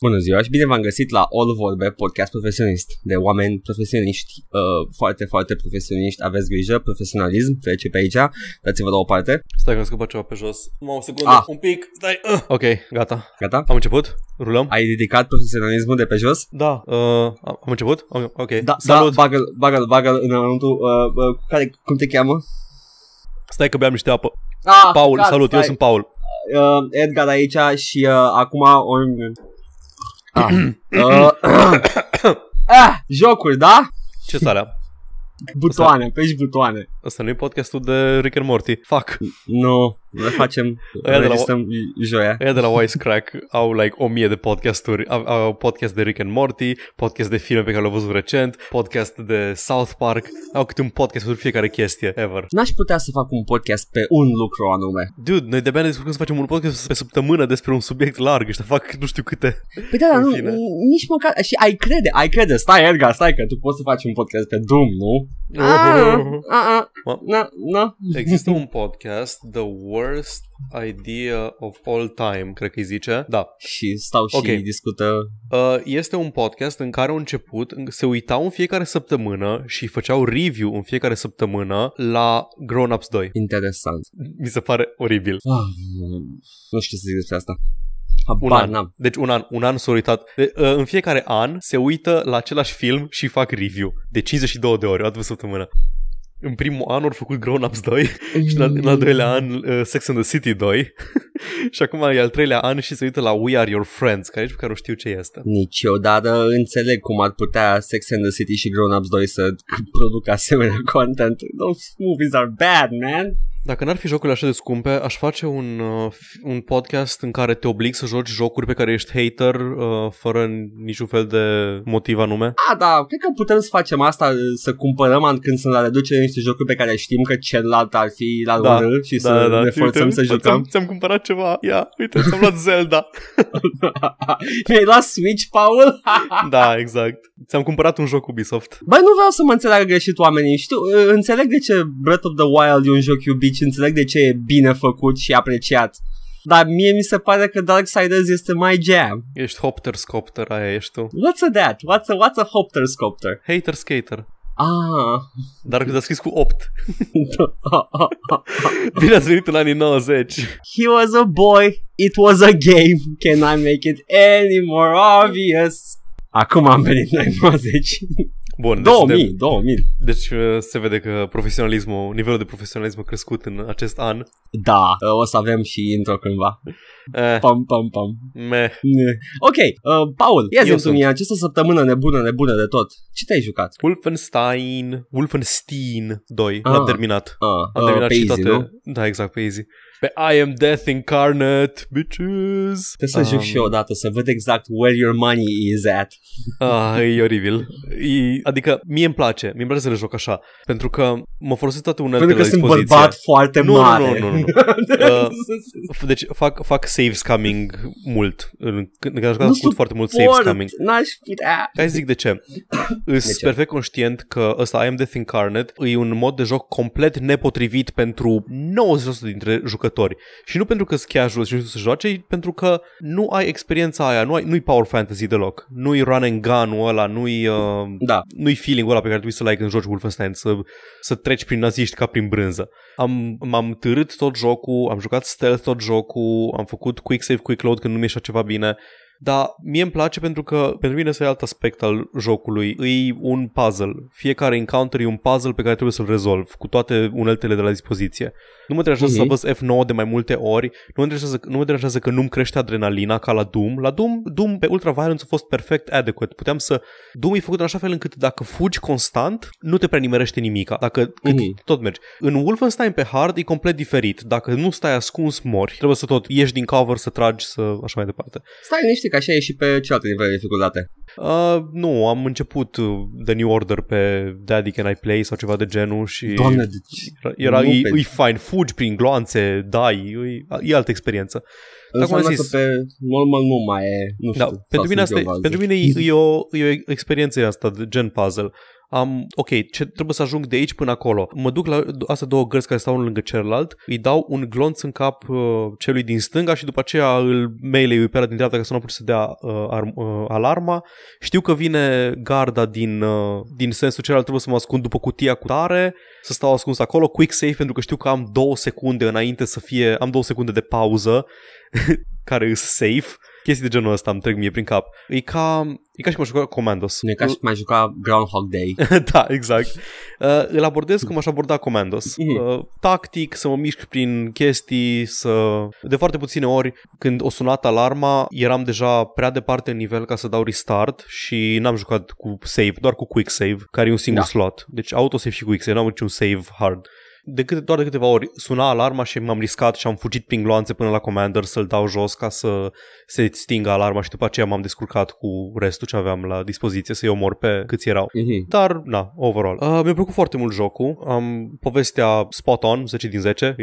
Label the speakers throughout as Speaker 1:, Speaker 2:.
Speaker 1: Bună ziua și bine v-am găsit la All Vorbe, podcast profesionist de oameni profesioniști, uh, foarte, foarte profesioniști, aveți grijă, profesionalism, trece pe aici, dați-vă la o parte,
Speaker 2: Stai că am scăpat ceva pe jos. Mă, o secundă,
Speaker 1: Ah.
Speaker 2: ah. un pic, stai. Uh. Ok, gata.
Speaker 1: gata?
Speaker 2: Am început? Rulăm?
Speaker 1: Ai ridicat profesionalismul de pe jos?
Speaker 2: Da. Uh, am am început? O- Ok.
Speaker 1: Da,
Speaker 2: Salut.
Speaker 1: da, bagă-l, bagă-l, bagă-l înăuntru, uh, uh, care, cum te cheamă?
Speaker 2: Stai că beam niște apă.
Speaker 1: Ah,
Speaker 2: Paul,
Speaker 1: gata,
Speaker 2: salut, eu
Speaker 1: stai.
Speaker 2: sunt Paul.
Speaker 1: uh, Edgar aici și uh, acum o... Ah. Uh, ah, jocuri, da?
Speaker 2: Ce starea?
Speaker 1: Butoane, pești butoane.
Speaker 2: Ăsta nu e podcastul de Rick and Morty. Fuck.
Speaker 1: Nu, le facem,
Speaker 2: Aia de la-
Speaker 1: registrăm joia.
Speaker 2: Ăia de la Wisecrack au like o mie de podcasturi. Au, au podcast de Rick and Morty, podcast de filme pe care le-au văzut recent, podcast de South Park. Au câte un podcast pentru fiecare chestie, ever.
Speaker 1: N-aș putea să fac un podcast pe un lucru anume.
Speaker 2: Dude, noi de-abia ne discutăm să facem un podcast pe săptămână despre un subiect larg. Ăștia fac nu știu câte.
Speaker 1: Păi da, dar
Speaker 2: În
Speaker 1: nu,
Speaker 2: fine.
Speaker 1: n- nici măcar... Și ai crede, ai crede. Stai, Edgar, stai că tu poți să faci un podcast pe Doom, nu? Ah, ah, ah.
Speaker 2: Ma-
Speaker 1: Na, na.
Speaker 2: Există un podcast, The Worst Idea of All Time, cred că îi zice. Da.
Speaker 1: Și stau și
Speaker 2: Ok.
Speaker 1: discută...
Speaker 2: Uh, Este un podcast în care au început, în- se uitau în fiecare săptămână și făceau review în fiecare săptămână la Grown Ups 2.
Speaker 1: Interesant.
Speaker 2: Mi se pare oribil.
Speaker 1: Ah, nu știu ce să zic despre asta.
Speaker 2: Un
Speaker 1: Habar
Speaker 2: an.
Speaker 1: n-am.
Speaker 2: Deci un an, un an s-a uitat. De, uh, în fiecare an se uită la același film și fac review. De 52 de ori, o dată pe săptămână. În primul an au făcut Grown Ups 2 Și la, în al doilea an uh, Sex and the City 2 Și acum e al treilea an și se uită la We Are Your Friends Care nici pe care o știu ce este
Speaker 1: Niciodată înțeleg cum ar putea Sex and the City și Grown Ups 2 să producă asemenea content. Those movies are bad, man.
Speaker 2: Dacă n-ar fi jocurile așa de scumpe Aș face un, uh, f- un podcast în care te oblig să joci jocuri pe care ești hater uh, Fără niciun fel de motiv anume
Speaker 1: A, da, cred că putem să facem asta, să cumpărăm an când sunt la reducere niște jocuri pe care știm că celălalt ar fi la
Speaker 2: Da,
Speaker 1: rând și să ne forțăm să
Speaker 2: uite,
Speaker 1: jucăm.
Speaker 2: Ți-am, ți-am cumpărat ceva, ia, uite, ți-am luat Zelda
Speaker 1: Mi-ai luat Switch, Paul?
Speaker 2: Da, exact Ți-am cumpărat un joc Ubisoft
Speaker 1: Băi, nu vreau să mă înțeleagă greșit oamenii. Știu, uh, înțeleg de ce Breath of the Wild e un joc iubit și înțeleg de ce e bine făcut și apreciat. Dar mie mi se pare că Darksiders este mai jam.
Speaker 2: Ești hopter-scopter, aia ești tu
Speaker 1: What's a that? What's a, what's a hopter sculptor?
Speaker 2: Hater-skater
Speaker 1: Ah.
Speaker 2: Dar când a scris cu 8 Bine ați venit în anii 90
Speaker 1: He was a boy, it was a game. Can I make it any more obvious? Acum am venit la 90.
Speaker 2: Bun,
Speaker 1: 2000,
Speaker 2: Deci,
Speaker 1: 2000.
Speaker 2: de, deci uh, se vede că profesionalismul, nivelul de profesionalism a crescut în acest an
Speaker 1: Da, o să avem și intro cândva.
Speaker 2: eh,
Speaker 1: Pam, pam, pam.
Speaker 2: meh.
Speaker 1: Ne. Ok, uh, Paul, ia
Speaker 2: Eu
Speaker 1: zi mi această săptămână nebună, nebună de tot. Ce te-ai jucat?
Speaker 2: Wolfenstein Wolfenstein 2
Speaker 1: Ah.
Speaker 2: L-am terminat
Speaker 1: Ah,
Speaker 2: Am terminat
Speaker 1: pe
Speaker 2: și
Speaker 1: easy,
Speaker 2: toate
Speaker 1: nu?
Speaker 2: Da, exact, pe easy Pe I am death incarnate Bitches
Speaker 1: Trebuie să
Speaker 2: Um,
Speaker 1: joc și eu odată, să văd exact where your money is at. da.
Speaker 2: Ah, e oribil e, Adică mie îmi place Mie îmi place să le joc așa Pentru că mă folosesc toate unele
Speaker 1: Pentru că
Speaker 2: la
Speaker 1: sunt
Speaker 2: dispoziție
Speaker 1: bărbat foarte
Speaker 2: Nu, nu,
Speaker 1: mare.
Speaker 2: nu, nu, nu.
Speaker 1: Uh,
Speaker 2: F- Deci fac, fac save scamming mult În- Când când am jucat
Speaker 1: Nu
Speaker 2: am făcut foarte mult save scamming
Speaker 1: N-aș putea.
Speaker 2: Hai să zic de ce. Îs
Speaker 1: ce?
Speaker 2: perfect conștient că ăsta I Am Death Incarnate e un mod de joc complet nepotrivit pentru 90% dintre jucători. Și nu pentru că sunt casual și nu știu să joace, ci pentru că nu ai experiența aia, nu ai, nu-i power fantasy deloc. Nu-i run and gun-ul ăla, nu-i, uh,
Speaker 1: Da.
Speaker 2: nu-i feeling-ul ăla pe care trebuie să-l ai când joci Wolfenstein, să, să treci prin naziști ca prin brânză. Am, m-am târât tot jocul, am jucat stealth tot jocul, am făcut quick save, quick load când nu mi așa ceva bine. Dar mie îmi place pentru că pentru mine este alt aspect al jocului. E un puzzle. Fiecare encounter e un puzzle pe care trebuie să-l rezolv cu toate uneltele de la dispoziție. Nu mă deranjează
Speaker 1: Mhm.
Speaker 2: să apăs F9 de mai multe ori, nu mă deranjează, nu mă deranjează că nu-mi crește adrenalina ca la Doom. La Doom, Doom pe Ultraviolence a fost perfect adequate. Puteam să... Doom e făcut în așa fel încât dacă fugi constant, nu te prea nimerește nimica. Dacă cât
Speaker 1: Mhm.
Speaker 2: tot mergi. În Wolfenstein pe hard e complet diferit. Dacă nu stai ascuns, mori. Trebuie să tot ieși din cover, să tragi, să așa mai departe.
Speaker 1: Stai liniște că așa e și pe cealaltă nivel de dificultate.
Speaker 2: Uh, nu, am început uh, The New Order pe Daddy Can I Play sau ceva de genul și
Speaker 1: Doamne, deci...
Speaker 2: era, era
Speaker 1: nu
Speaker 2: e,
Speaker 1: pe-
Speaker 2: e fine, fugi prin gloanțe, dai, e, e altă experiență.
Speaker 1: Înseamnă
Speaker 2: am
Speaker 1: că
Speaker 2: zis-
Speaker 1: pe normal nu mai e... Nu știu,
Speaker 2: Da,
Speaker 1: sau
Speaker 2: pentru, mine
Speaker 1: sunt
Speaker 2: asta e,
Speaker 1: eu, v-am
Speaker 2: pentru
Speaker 1: zis.
Speaker 2: mine e, e, o, e o experiență asta de gen puzzle. am, ok, ce trebuie să ajung de aici până acolo. Mă duc la astea două gărzi care stau unul lângă celălalt, îi dau un glonț în cap uh, celui din stânga și după aceea îl melee pe ăla din dreapta ca să nu apuce să dea uh, arm, uh, alarma. Știu că vine garda din, uh, din sensul celălalt, trebuie să mă ascund după cutia cu tare, să stau ascuns acolo, quick save pentru că știu că am două secunde înainte să fie, am două secunde de pauză care îs safe chestii de genul ăsta îmi trec mie prin cap. E ca, e ca și cum aș juca Commandos.
Speaker 1: E ca și cum aș juca Groundhog Day.
Speaker 2: da, exact. Uh, îl abordez cum aș aborda Commandos. Uh, tactic, să mă mișc prin chestii, să... De foarte puține ori, când o sunat alarma, eram deja prea departe în nivel ca să dau restart și n-am jucat cu save, doar cu quick save, care e un singur da. slot. Deci autosave și quick save, n-am niciun save hard de câte, doar de câteva ori suna alarma și m-am riscat și am fugit prin gloanțe până la commander să-l dau jos ca să se stingă alarma și după aceea m-am descurcat cu restul ce aveam la dispoziție să-i omor pe câți erau.
Speaker 1: Mhm.
Speaker 2: Dar, na, overall. Uh, mi-a plăcut foarte mult jocul. Am povestea spot on, 10 din 10. E,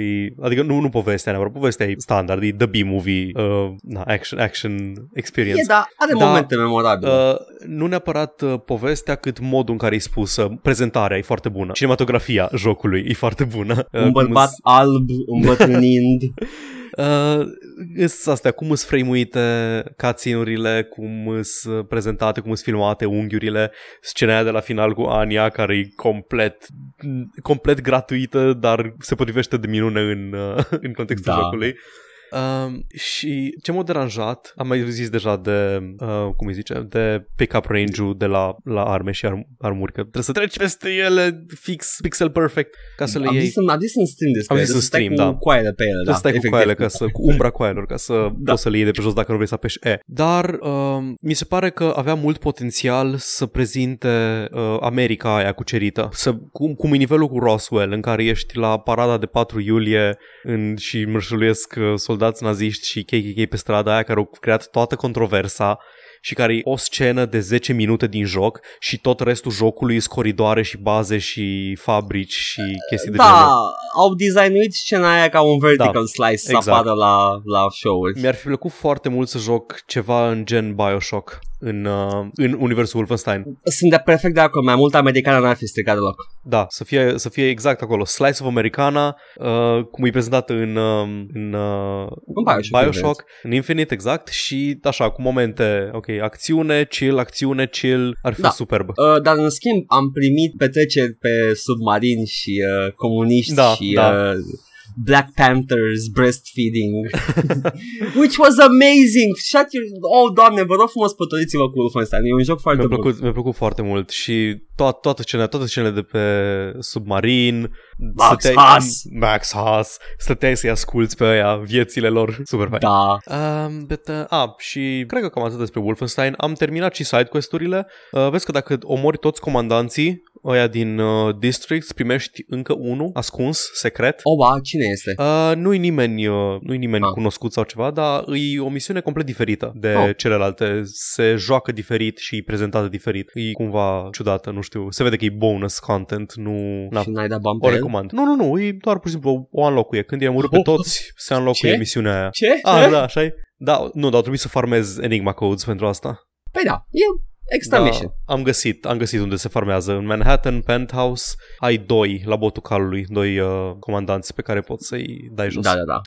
Speaker 2: adică nu, nu povestea neapărat, povestea e standard, e the B-movie, uh, na, action, action experience.
Speaker 1: E, da, are
Speaker 2: Da.
Speaker 1: momente memorabile.
Speaker 2: Uh, nu neapărat uh, povestea, cât modul în care e spusă. Prezentarea e foarte bună. Cinematografia jocului e foarte bună. Uh,
Speaker 1: un bărbat alb, îmbătrânind.
Speaker 2: Uh, îs astea, cum îs frame-uite cutscene-urile, cum îs uh, prezentate, cum îs filmate, unghiurile, scena aia de la final cu Ania care e complet, complet gratuită, dar se potrivește de minune în, uh, în contextul
Speaker 1: Da.
Speaker 2: jocului. Um, și ce m-a deranjat, am mai zis deja de, uh, cum îi zice, de pick-up range-ul de la, la arme și arm- armuri, că trebuie să treci peste ele fix, pixel perfect, ca să le
Speaker 1: am,
Speaker 2: iei.
Speaker 1: zis, în- am zis în stream despre
Speaker 2: Am
Speaker 1: ele,
Speaker 2: zis în
Speaker 1: să stai
Speaker 2: stream,
Speaker 1: cu
Speaker 2: da.
Speaker 1: coaiele pe ele.
Speaker 2: Da,
Speaker 1: Da,
Speaker 2: stai cu
Speaker 1: efectiv.
Speaker 2: coaiele ca să, cu umbra coaielor ca să da. poți să le iei de pe jos dacă nu vrei să apeși E. Dar uh, mi se pare că avea mult potențial să prezinte uh, America aia cucerită. Să, cum, cum e nivelul cu Roswell în care ești la parada de 4 iulie în, și mărșăluiesc uh, soldați naziști și KKK pe strada aia care au creat toată controversa și care e o scenă de 10 minute din joc și tot restul jocului sunt coridoare și baze și fabrici și chestii de genul.
Speaker 1: Da, au designuit scena aia ca un vertical slice să
Speaker 2: exact.
Speaker 1: apară la, la show-uri.
Speaker 2: Mi-ar fi plăcut foarte mult să joc ceva în gen Bioshock în, uh, în universul Wolfenstein.
Speaker 1: Sunt de perfect de acord, mai mult americană n-ar fi stricat deloc.
Speaker 2: Da, să fie, să fie exact acolo. Slice of Americana, uh, cum e prezentată în, uh, în, uh,
Speaker 1: În Bioshock,
Speaker 2: Bioshock în Infinite, exact, și așa, cu momente, ok, acțiune, chill, acțiune, chill, ar fi
Speaker 1: Da.
Speaker 2: superb.
Speaker 1: Uh, dar în schimb am primit petreceri pe submarini și uh, comuniști
Speaker 2: Da,
Speaker 1: și
Speaker 2: da.
Speaker 1: Uh, Black Panthers breastfeeding Which was amazing Shut your... Oh, doamne, vă rog frumos pătoriți-vă cu Wolfenstein E un joc foarte
Speaker 2: Mi-a
Speaker 1: bun
Speaker 2: plăcut, mi-a plăcut foarte mult și to- toată scena, toate scenele de pe submarin,
Speaker 1: Max
Speaker 2: stăteai-
Speaker 1: Haas.
Speaker 2: Max Haas, stăteai să-i asculți pe aia viețile lor, super fain.
Speaker 1: Da
Speaker 2: Um, but, uh, a, și cred că cam atât despre Wolfenstein. Am terminat și side quest-urile. Uh, vezi că dacă omori toți comandanții ăia din uh, District, primești încă unul ascuns, secret.
Speaker 1: Oba, cine este?
Speaker 2: Uh, nu-i nimeni, uh, nu-i nimeni
Speaker 1: Ah.
Speaker 2: cunoscut sau ceva, dar e o misiune complet diferită de
Speaker 1: Oh.
Speaker 2: celelalte. Se joacă diferit și e prezentată diferit. E cumva ciudată, nu știu. Se vede că e bonus content, nu... Na,
Speaker 1: Și n-ai dat bani pe
Speaker 2: Da. o
Speaker 1: el?
Speaker 2: recomand. Nu, nu, nu, e doar pur și simplu o înlocuie. Când i-am urât pe
Speaker 1: Oh.
Speaker 2: toți, se înlocuie
Speaker 1: Ce?
Speaker 2: misiunea aia.
Speaker 1: Ce? Eh?
Speaker 2: Ah, da, așa e. Da, nu, dar trebuie să farmez Enigma Codes pentru asta.
Speaker 1: Păi da, e extra
Speaker 2: Da,
Speaker 1: mission
Speaker 2: am găsit, am găsit unde se farmează. În Manhattan, Penthouse, ai doi la botul calului, doi uh, comandanți pe care poți să-i dai jos.
Speaker 1: Da, da, da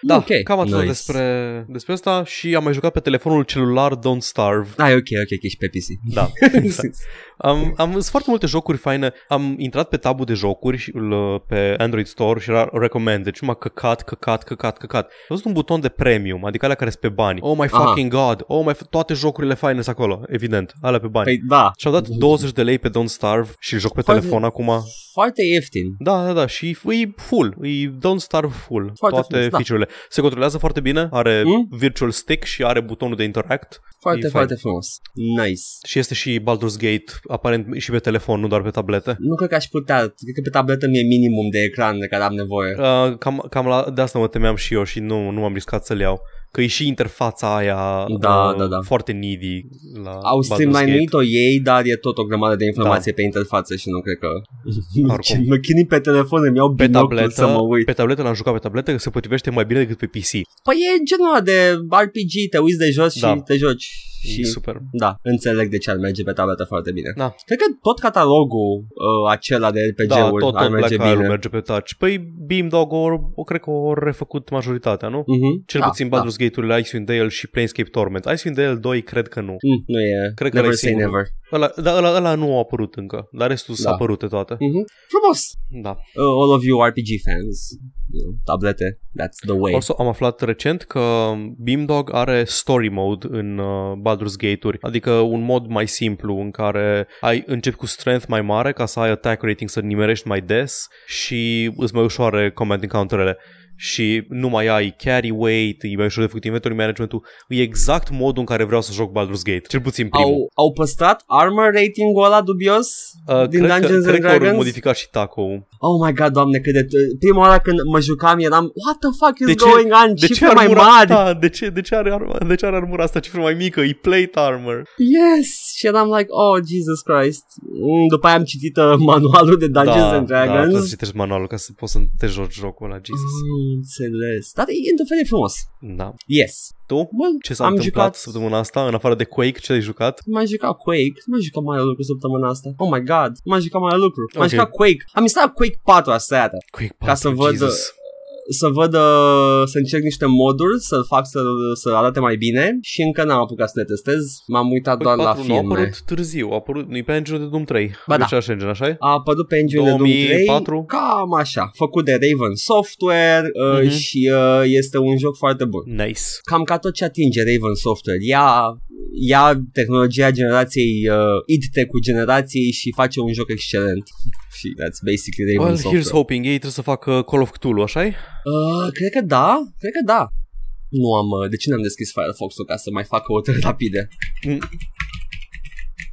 Speaker 2: da
Speaker 1: Ok,
Speaker 2: cam atât
Speaker 1: nice.
Speaker 2: despre, despre asta și am mai jucat pe telefonul celular Don't Starve.
Speaker 1: Da, e ok, ok, ok, și pe PC
Speaker 2: Da, Am, am sunt foarte multe jocuri faine. Am intrat pe tabul de jocuri și îl, pe Android Store și era recommend. Deci m-a căcat, căcat, căcat, căcat. Am văzut un buton de premium, adică alea care sunt pe bani. Oh my
Speaker 1: Aha.
Speaker 2: fucking god. Oh my f- toate jocurile faine sunt acolo, evident. Alea pe bani.
Speaker 1: Păi da
Speaker 2: Și-au dat 20 de lei pe Don't Starve și îl joc pe
Speaker 1: Foarte-
Speaker 2: telefon acum.
Speaker 1: Foarte ieftin
Speaker 2: Da, da, da, și e full, e Don't Starve full,
Speaker 1: Foarte
Speaker 2: toate
Speaker 1: frumos, da.
Speaker 2: feature-urile. Se controlează foarte bine, are
Speaker 1: Mm?
Speaker 2: Virtual Stick și are butonul de interact E
Speaker 1: Foarte,
Speaker 2: fain.
Speaker 1: foarte frumos Nice
Speaker 2: și este și Baldur's Gate, aparent și pe telefon, nu doar pe tablete.
Speaker 1: Nu cred că aș putea, cred că pe tabletă mi-e minimum de ecran de care am nevoie.
Speaker 2: Uh, cam, cam la, de asta mă temeam și eu și nu, nu m-am riscat să-l iau. Că e și interfața aia uh,
Speaker 1: Da, da, da.
Speaker 2: foarte needy la
Speaker 1: Au
Speaker 2: Baldur's Gate.
Speaker 1: streamlinuit-o ei, dar e tot o grămadă de informație da. pe interfață și nu cred că...
Speaker 2: Oricum.
Speaker 1: mă chinui pe telefon, îmi iau
Speaker 2: pe
Speaker 1: binoclul să mă
Speaker 2: tabletă,
Speaker 1: uit.
Speaker 2: pe tabletă l-am jucat pe tabletă, că se potrivește mai bine decât pe PC.
Speaker 1: Păi e genul ăla de RPG, te uiți de jos
Speaker 2: Da.
Speaker 1: și te joci. Și
Speaker 2: super.
Speaker 1: da, înțeleg de ce ar merge pe tabletă foarte bine.
Speaker 2: Da.
Speaker 1: Cred că tot catalogul uh, acela de
Speaker 2: Da,
Speaker 1: RPG-uri
Speaker 2: tot,
Speaker 1: ar
Speaker 2: tot
Speaker 1: merge
Speaker 2: Black
Speaker 1: bine.
Speaker 2: Isle merge pe touch. Păi Beam Dog, o, o, cred că o refăcut majoritatea, nu?
Speaker 1: Mhm,
Speaker 2: Cel
Speaker 1: da,
Speaker 2: puțin
Speaker 1: da.
Speaker 2: Baldur's Gate-urile, Icewind Dale și Planescape Torment. Icewind Dale 2 cred că nu.
Speaker 1: Mm, nu e
Speaker 2: Cred că
Speaker 1: Never
Speaker 2: ăla e
Speaker 1: say
Speaker 2: singurul.
Speaker 1: never
Speaker 2: Ăla, dar ăla, ăla nu a apărut încă, dar restul s-a
Speaker 1: Da.
Speaker 2: apărut pe toate.
Speaker 1: Mhm. Frumos
Speaker 2: Da.
Speaker 1: uh, All of you RPG fans you know, Tablete That's the way
Speaker 2: Also, am aflat recent că Beamdog are story mode în uh, Baldur's Gate-uri, adică un mod mai simplu în care ai începi cu strength mai mare ca să ai attack rating să nimerești mai des și îți mai ușoare command encounterele și nu mai ai carry weight, e mai ușor de făcut inventory management-ul, e exact modul în care vreau să joc Baldur's Gate, cel puțin primul.
Speaker 1: au, au păstrat armor rating-ul ăla dubios
Speaker 2: Uh,
Speaker 1: din
Speaker 2: cred
Speaker 1: Dungeons and
Speaker 2: că, cred că au
Speaker 1: Dragons?
Speaker 2: modificat și taco
Speaker 1: Oh my god, doamne, cât de... t- Prima oară când mă jucam eram What the fuck is
Speaker 2: De ce-
Speaker 1: going on?
Speaker 2: De ce,
Speaker 1: Cifre mai
Speaker 2: armura
Speaker 1: mari
Speaker 2: asta? De ce, de, ce are arma, de ce are armura asta cifră mai mică? E plate armor.
Speaker 1: Yes! Și eram like, oh, Jesus Christ. Mm, După aia am citit uh, manualul de Dungeons
Speaker 2: da,
Speaker 1: and
Speaker 2: Da, trebuie să
Speaker 1: Dragons.
Speaker 2: citești manualul ca să poți să te joci jocul ăla, Jesus.
Speaker 1: Mm, înțeles. Dar e într-un fel de frumos.
Speaker 2: Da.
Speaker 1: Yes.
Speaker 2: Tu?
Speaker 1: Well,
Speaker 2: Ce s-a
Speaker 1: Am
Speaker 2: întâmplat
Speaker 1: jucat-
Speaker 2: săptămâna asta, în afară de Quake, ce ai jucat?
Speaker 1: m-am jucat Quake, nu m-am jucat mai lucru săptămâna asta. Oh my god, m-am jucat mai lucru. M-am
Speaker 2: Ok.
Speaker 1: jucat Quake. Am instalat Quake 4 aseară
Speaker 2: Quake 4,
Speaker 1: Ca să văd, uh,
Speaker 2: Jesus.
Speaker 1: să văd, uh, să încerc niște moduri, să-l fac să, să arate mai bine și încă n-am apucat să le testez. M-am uitat
Speaker 2: Quake
Speaker 1: doar la
Speaker 2: 4 nu a
Speaker 1: filme.
Speaker 2: apărut târziu, a apărut, nu-i pe engine de Doom 3,
Speaker 1: Ba
Speaker 2: pe
Speaker 1: da.
Speaker 2: același engine, așa e?
Speaker 1: A apărut pe engine de Doom 3
Speaker 2: 2004?
Speaker 1: Cam așa, făcut de Raven Software uh,
Speaker 2: Mhm.
Speaker 1: și uh, este un joc foarte bun.
Speaker 2: Nice.
Speaker 1: Cam ca tot ce atinge Raven Software, ea, ea tehnologia generației uh, id tech generației și face un joc excelent. Și that's basically Raven
Speaker 2: Well,
Speaker 1: Software.
Speaker 2: here's hoping, ei trebuie să facă Call of Cthulhu, așa e?
Speaker 1: Uh, cred că da, cred că da. Nu am, uh, de ce n-am deschis Firefox-ul ca să mai fac căutări rapide?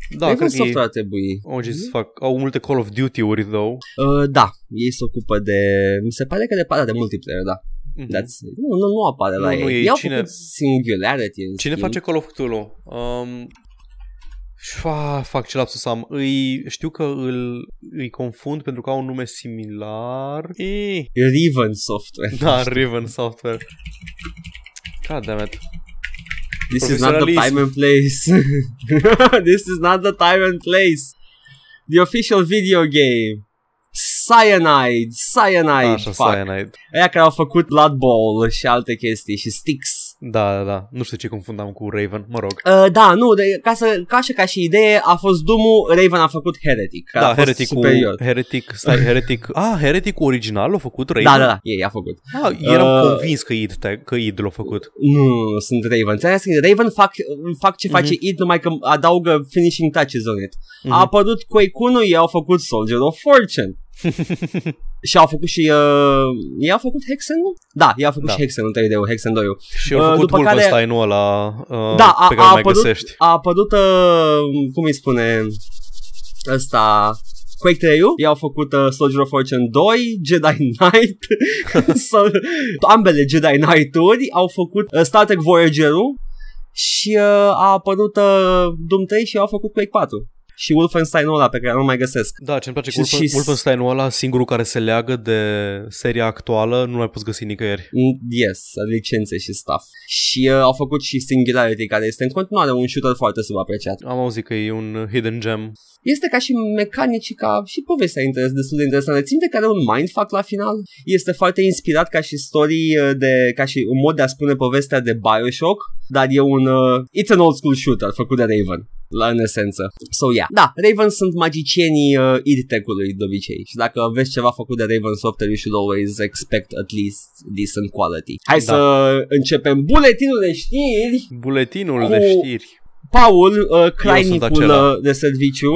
Speaker 2: Da,
Speaker 1: Raven
Speaker 2: cred că
Speaker 1: Software
Speaker 2: ei...
Speaker 1: ar trebui.
Speaker 2: Oh, Jesus, fac. Au multe Call of Duty-uri, though.
Speaker 1: Uh, da, ei se ocupă de... Mi se pare că de partea de multiplayer, da.
Speaker 2: Mhm.
Speaker 1: That's, nu, nu, nu apare la
Speaker 2: Nu,
Speaker 1: ei.
Speaker 2: nu, ei-
Speaker 1: Ei au
Speaker 2: cine-
Speaker 1: făcut Singularity în
Speaker 2: Cine
Speaker 1: schimb.
Speaker 2: face Call of Cthulhu? Um, șua, fac ce lapsus am. Îi, știu că îl, îi confund pentru că au un nume similar. E,
Speaker 1: Riven Software.
Speaker 2: da, Riven Software. God damn it.
Speaker 1: This is not the
Speaker 2: Profesionalism.
Speaker 1: time and place. This is not the time and place. The official video game. Cyanide, Cyanide,
Speaker 2: Așa,
Speaker 1: fuck.
Speaker 2: Cyanide.
Speaker 1: Aia care au făcut Blood Bowl și alte chestii și Sticks.
Speaker 2: Da, da, da. Nu știu ce confundam cu Raven, mă rog.
Speaker 1: Uh, da, nu, de, ca, să, ca și ca și idee, a fost Doom-ul, Raven a făcut Heretic. Care a
Speaker 2: Da,
Speaker 1: fost
Speaker 2: Heretic
Speaker 1: superior.
Speaker 2: Heretic, stai, Heretic. Ah, Heretic original l-a făcut Raven?
Speaker 1: Da, da, da, ei a făcut.
Speaker 2: Ah, eram
Speaker 1: Uh,
Speaker 2: convins că id, te- că id l-a făcut.
Speaker 1: Nu, sunt Raven. Ți-am zis, Raven fac, fac ce face id, numai că adaugă finishing touches on it. A
Speaker 2: Mhm.
Speaker 1: apărut Quake 1, ei au făcut Soldier of Fortune. și au făcut și... Uh, ei au făcut Hexen? Da, ei au făcut
Speaker 2: Da.
Speaker 1: și Hexen 3D-ul, Hexen 2
Speaker 2: Și a
Speaker 1: uh,
Speaker 2: făcut
Speaker 1: după care-
Speaker 2: Wolfenstein-ul ăla uh,
Speaker 1: Da, a-
Speaker 2: pe
Speaker 1: a
Speaker 2: care mai
Speaker 1: apărut-
Speaker 2: găsești.
Speaker 1: A apărut, uh, cum îi spune, ăsta... Quake 3 ei au făcut uh, Soldier of Fortune 2, Jedi Knight, sau, ambele Jedi Knight-uri au făcut uh, Star Trek Voyager-ul și uh, a apărut uh, Doom 3 și au făcut Quake 4 și Wolfenstein-ul ăla pe care nu mai găsesc.
Speaker 2: Da, ce-mi place cu
Speaker 1: Și-
Speaker 2: Wolfen-
Speaker 1: și-
Speaker 2: Wolfenstein-ul ăla, singurul care se leagă de seria actuală, nu l-ai pus găsi nicăieri.
Speaker 1: Mm, Yes, licențe și stuff. Și uh, au făcut și Singularity, care este în continuare un shooter foarte subapreciat.
Speaker 2: Am auzit că e un hidden gem.
Speaker 1: Este ca și mecanici și ca și povestea interes, destul de interesantă. Țin de care un mindfuck la final. Este foarte inspirat ca și story uh, de, ca și un mod de a spune povestea de Bioshock, dar e un uh, it's an old school shooter făcut de Raven. La în esență. So yeah. Da, Raven sunt magicienii uh, id tech-ului de obicei și dacă vezi ceva făcut de Raven Software you should always expect at least decent quality. Hai
Speaker 2: Da.
Speaker 1: da. să începem buletinul de știri.
Speaker 2: Buletinul
Speaker 1: Cu-
Speaker 2: de știri.
Speaker 1: Paul, uh, crainicul
Speaker 2: acela.
Speaker 1: uh, de serviciu.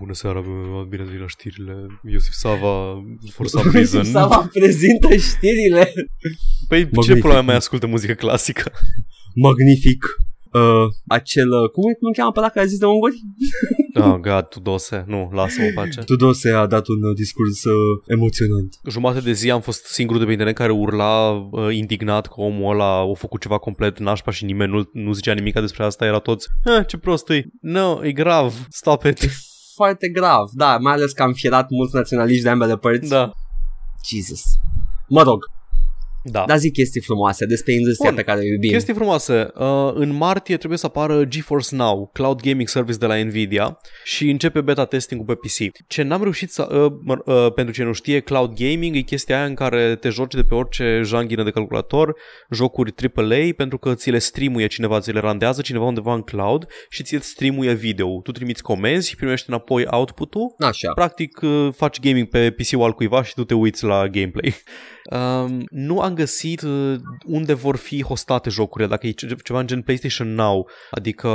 Speaker 2: Bună seara, bă, bine ați venit la știrile. Iosif Sava, for some reason.
Speaker 1: Sava prezintă știrile.
Speaker 2: Păi ce
Speaker 1: Magnific.
Speaker 2: pula mea mai ascultă muzică clasică?
Speaker 1: Magnific. Uh, acel, uh, cum, cum îl cheamă pe ăla care a zis de unguri?
Speaker 2: Oh, God, Tudose. Nu, lasă-mă în pace.
Speaker 1: Tudose a dat un uh, discurs uh, emoționant.
Speaker 2: Jumate de zi am fost singurul de pe internet care urla uh, indignat că omul ăla a făcut ceva complet nașpa și nimeni nu, nu zicea nimic despre asta. Era toți, "Ah, ce prost e. No, e grav. Stop it.
Speaker 1: Foarte grav, da, mai ales că am fierat mulți naționaliști de ambele părți.
Speaker 2: Da.
Speaker 1: Jesus. Mă rog.
Speaker 2: Da.
Speaker 1: Dar zic chestii frumoase despre industria
Speaker 2: Bun.
Speaker 1: pe care o iubim.
Speaker 2: Chestii frumoase. Uh, în martie trebuie să apară GeForce Now, cloud gaming service de la Nvidia și începe beta testing-ul pe PC. Ce n-am reușit să... Uh, mă- uh, pentru ce nu știe, cloud gaming e chestia aia în care te joci de pe orice janghină de calculator, jocuri AAA, pentru că ți le streamuie cineva, ți le randează cineva undeva în cloud și ți le streamuie video. Tu trimiți comenzi și primești înapoi output-ul
Speaker 1: Așa.
Speaker 2: practic uh, faci gaming pe PC-ul al cuiva și tu te uiți la gameplay. Um, nu am găsit uh, unde vor fi hostate jocurile, dacă e ce- ceva în gen PlayStation Now, adică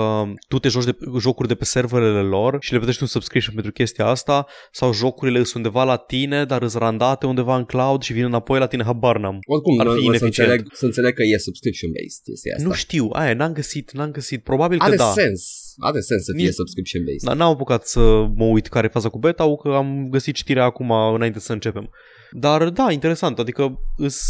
Speaker 2: tu te joci de, jocuri de pe serverele lor și le plătești un subscription pentru chestia asta, sau jocurile sunt undeva la tine, dar îți randate undeva în cloud și vin înapoi la tine, habar n-am.
Speaker 1: Oricum,
Speaker 2: Ar
Speaker 1: ar
Speaker 2: fi
Speaker 1: fi să,
Speaker 2: ineficient.
Speaker 1: înțeleg, să înțeleg că e subscription-based chestia asta.
Speaker 2: Nu știu, aia, n-am găsit, n-am găsit, probabil
Speaker 1: are
Speaker 2: că da.
Speaker 1: sens. Are sens să fie
Speaker 2: Mie-
Speaker 1: subscription-based.
Speaker 2: Dar n-am apucat să mă uit care e faza cu beta că am găsit citirea acum înainte să începem. Dar da, interesant, adică îs...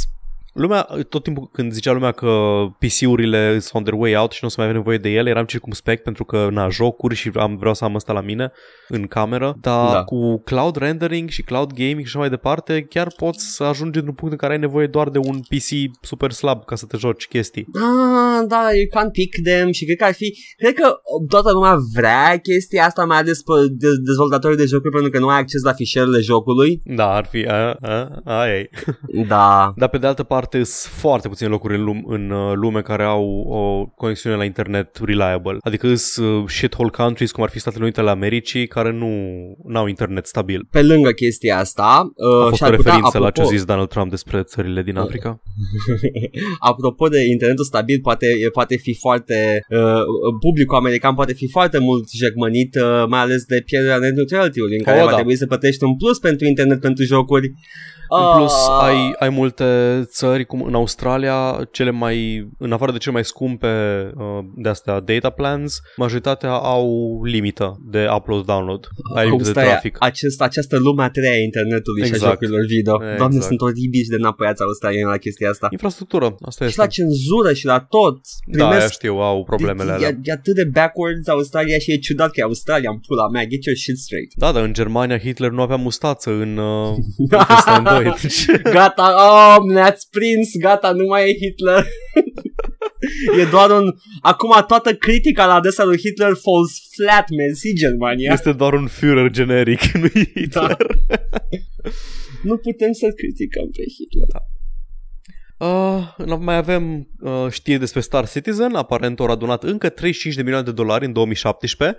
Speaker 2: Lumea, tot timpul când zicea lumea că PC-urile sunt on their way out și nu o să mai avem nevoie de ele, eram circumspect pentru că, na, jocuri și am, vreau să am asta la mine în cameră, dar
Speaker 1: Da.
Speaker 2: da. cu cloud rendering și cloud gaming și așa mai departe, chiar poți să ajungi într-un punct în care ai nevoie doar de un PC super slab ca să te joci chestii.
Speaker 1: Ah, da, you can't pick them și cred că ar fi, cred că toată lumea vrea chestia asta, mai ales pe de- dezvoltatorii de jocuri, pentru că nu ai acces la fișierele jocului.
Speaker 2: Da, ar fi, a, a, aia e.
Speaker 1: Da,
Speaker 2: Dar pe de altă parte sunt foarte puține locuri în, lum- în uh, lume care au o conexiune la internet reliable. Adică sunt uh, shithole countries cum ar fi Statele Unite ale Americii care nu au internet stabil.
Speaker 1: pe lângă chestia asta,
Speaker 2: A
Speaker 1: uh,
Speaker 2: fost
Speaker 1: și
Speaker 2: o
Speaker 1: ar putea,
Speaker 2: referință
Speaker 1: apropo,
Speaker 2: la ce a zis Donald Trump despre țările din
Speaker 1: Uh,
Speaker 2: Africa.
Speaker 1: apropo de internetul stabil, poate, poate fi foarte, uh, publicul american poate fi foarte mult jecmănit, uh, mai ales de pierderea net neutrality-ului, în care
Speaker 2: Oh,
Speaker 1: va
Speaker 2: da.
Speaker 1: trebui să plătești un plus pentru internet, pentru jocuri.
Speaker 2: În plus,
Speaker 1: Ah.
Speaker 2: ai, ai multe țări, cum în Australia, cele mai, în afară de cele mai scumpe uh, de-astea data plans, majoritatea au limită de upload-download.
Speaker 1: Uh,
Speaker 2: Ai limită de
Speaker 1: Australia,
Speaker 2: trafic.
Speaker 1: Acest, această lume a treia a internetului și a
Speaker 2: Exact.
Speaker 1: jocurilor video.
Speaker 2: Exact.
Speaker 1: Doamne, sunt oribili de înapoiați australieni la chestia asta.
Speaker 2: Infrastructură, asta
Speaker 1: Și la
Speaker 2: este.
Speaker 1: cenzură și la tot.
Speaker 2: Da, aia
Speaker 1: Primesc
Speaker 2: știu, au problemele
Speaker 1: e,
Speaker 2: alea.
Speaker 1: e, e atât de backwards Australia și e ciudat că e Australia în pula mea. Get your shit straight.
Speaker 2: Da, dar în Germania Hitler nu avea mustață în uh, Wolfenstein 2. Deci,
Speaker 1: Gata, oh, ne-ați prins, gata, nu mai e Hitler. e doar un... Acum toată critica la adresa lui Hitler falls flat, mersi Germania.
Speaker 2: este doar un Führer generic, nu Hitler.
Speaker 1: Da. nu putem să-l criticăm pe Hitler. Da.
Speaker 2: Uh, mai avem uh, știri despre Star Citizen, aparent au adunat încă 35 de milioane de dolari în 2017.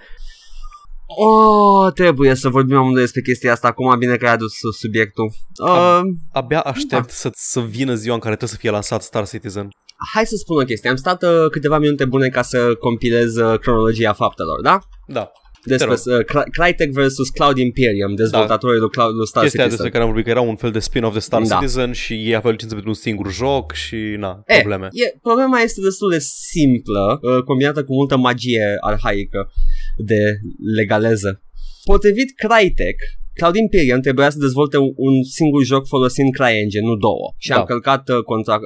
Speaker 1: Oh, trebuie să vorbim amândoi despre chestia asta acum, bine că ai adus uh, subiectul. Uh,
Speaker 2: Am- Abia
Speaker 1: Da.
Speaker 2: aștept să, să vină ziua în care trebuie să fie lansat Star Citizen.
Speaker 1: hai să spun o chestie. Am stat uh, câteva minute bune ca să compilez uh, cronologia faptelor, da?
Speaker 2: Da,
Speaker 1: Despre
Speaker 2: rog.
Speaker 1: uh, Cry- Crytek vs. Cloud Imperium, dezvoltatorul lui, Cloud, lui Star
Speaker 2: chestia
Speaker 1: Citizen.
Speaker 2: despre care am vorbit că era un fel de spin-off de Star
Speaker 1: Da.
Speaker 2: Citizen și ei aveau licență pentru un singur joc și na,
Speaker 1: E,
Speaker 2: probleme.
Speaker 1: E, problema este destul de simplă, uh, combinată cu multă magie arhaică de legaleză. Potrivit Crytek, Cloud Imperium trebuia să dezvolte un- un singur joc folosind CryEngine, nu două. Și a
Speaker 2: Da.
Speaker 1: încălcat uh, contract,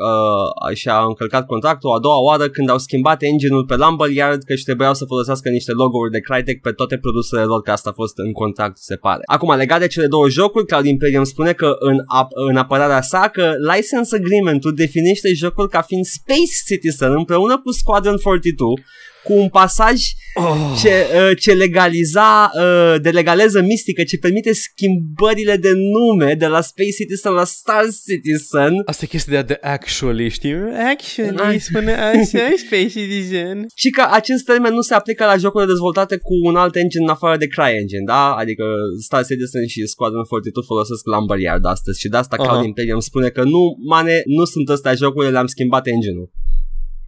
Speaker 1: uh, și a încălcat contractul a doua oară când au schimbat engine-ul pe Lumberyard că și trebuiau să folosească niște logo-uri de Crytek pe toate produsele lor, că asta a fost în contract, se pare. Acum, legat de cele două jocuri, Cloud Imperium spune că în, ap- în apărarea sa că license agreement-ul definește jocul ca fiind Space Citizen împreună cu Squadron 42 cu un pasaj
Speaker 2: Oh,
Speaker 1: ce, uh, ce legaliza, uh, de legaleză mistică, ce permite schimbările de nume de la Space Citizen la Star Citizen.
Speaker 2: Asta e chestia de, de actually, știi? Actually, spune așa, Space Citizen.
Speaker 1: Și că acest termen nu se aplică la jocurile dezvoltate cu un alt engine în afară de CryEngine, da? Adică Star Citizen și Squadron 42 folosesc Lumberyard astăzi și de asta Cloud
Speaker 2: Aha.
Speaker 1: Imperium spune că nu, mane, nu sunt ăstea jocurile, le-am schimbat engine-ul.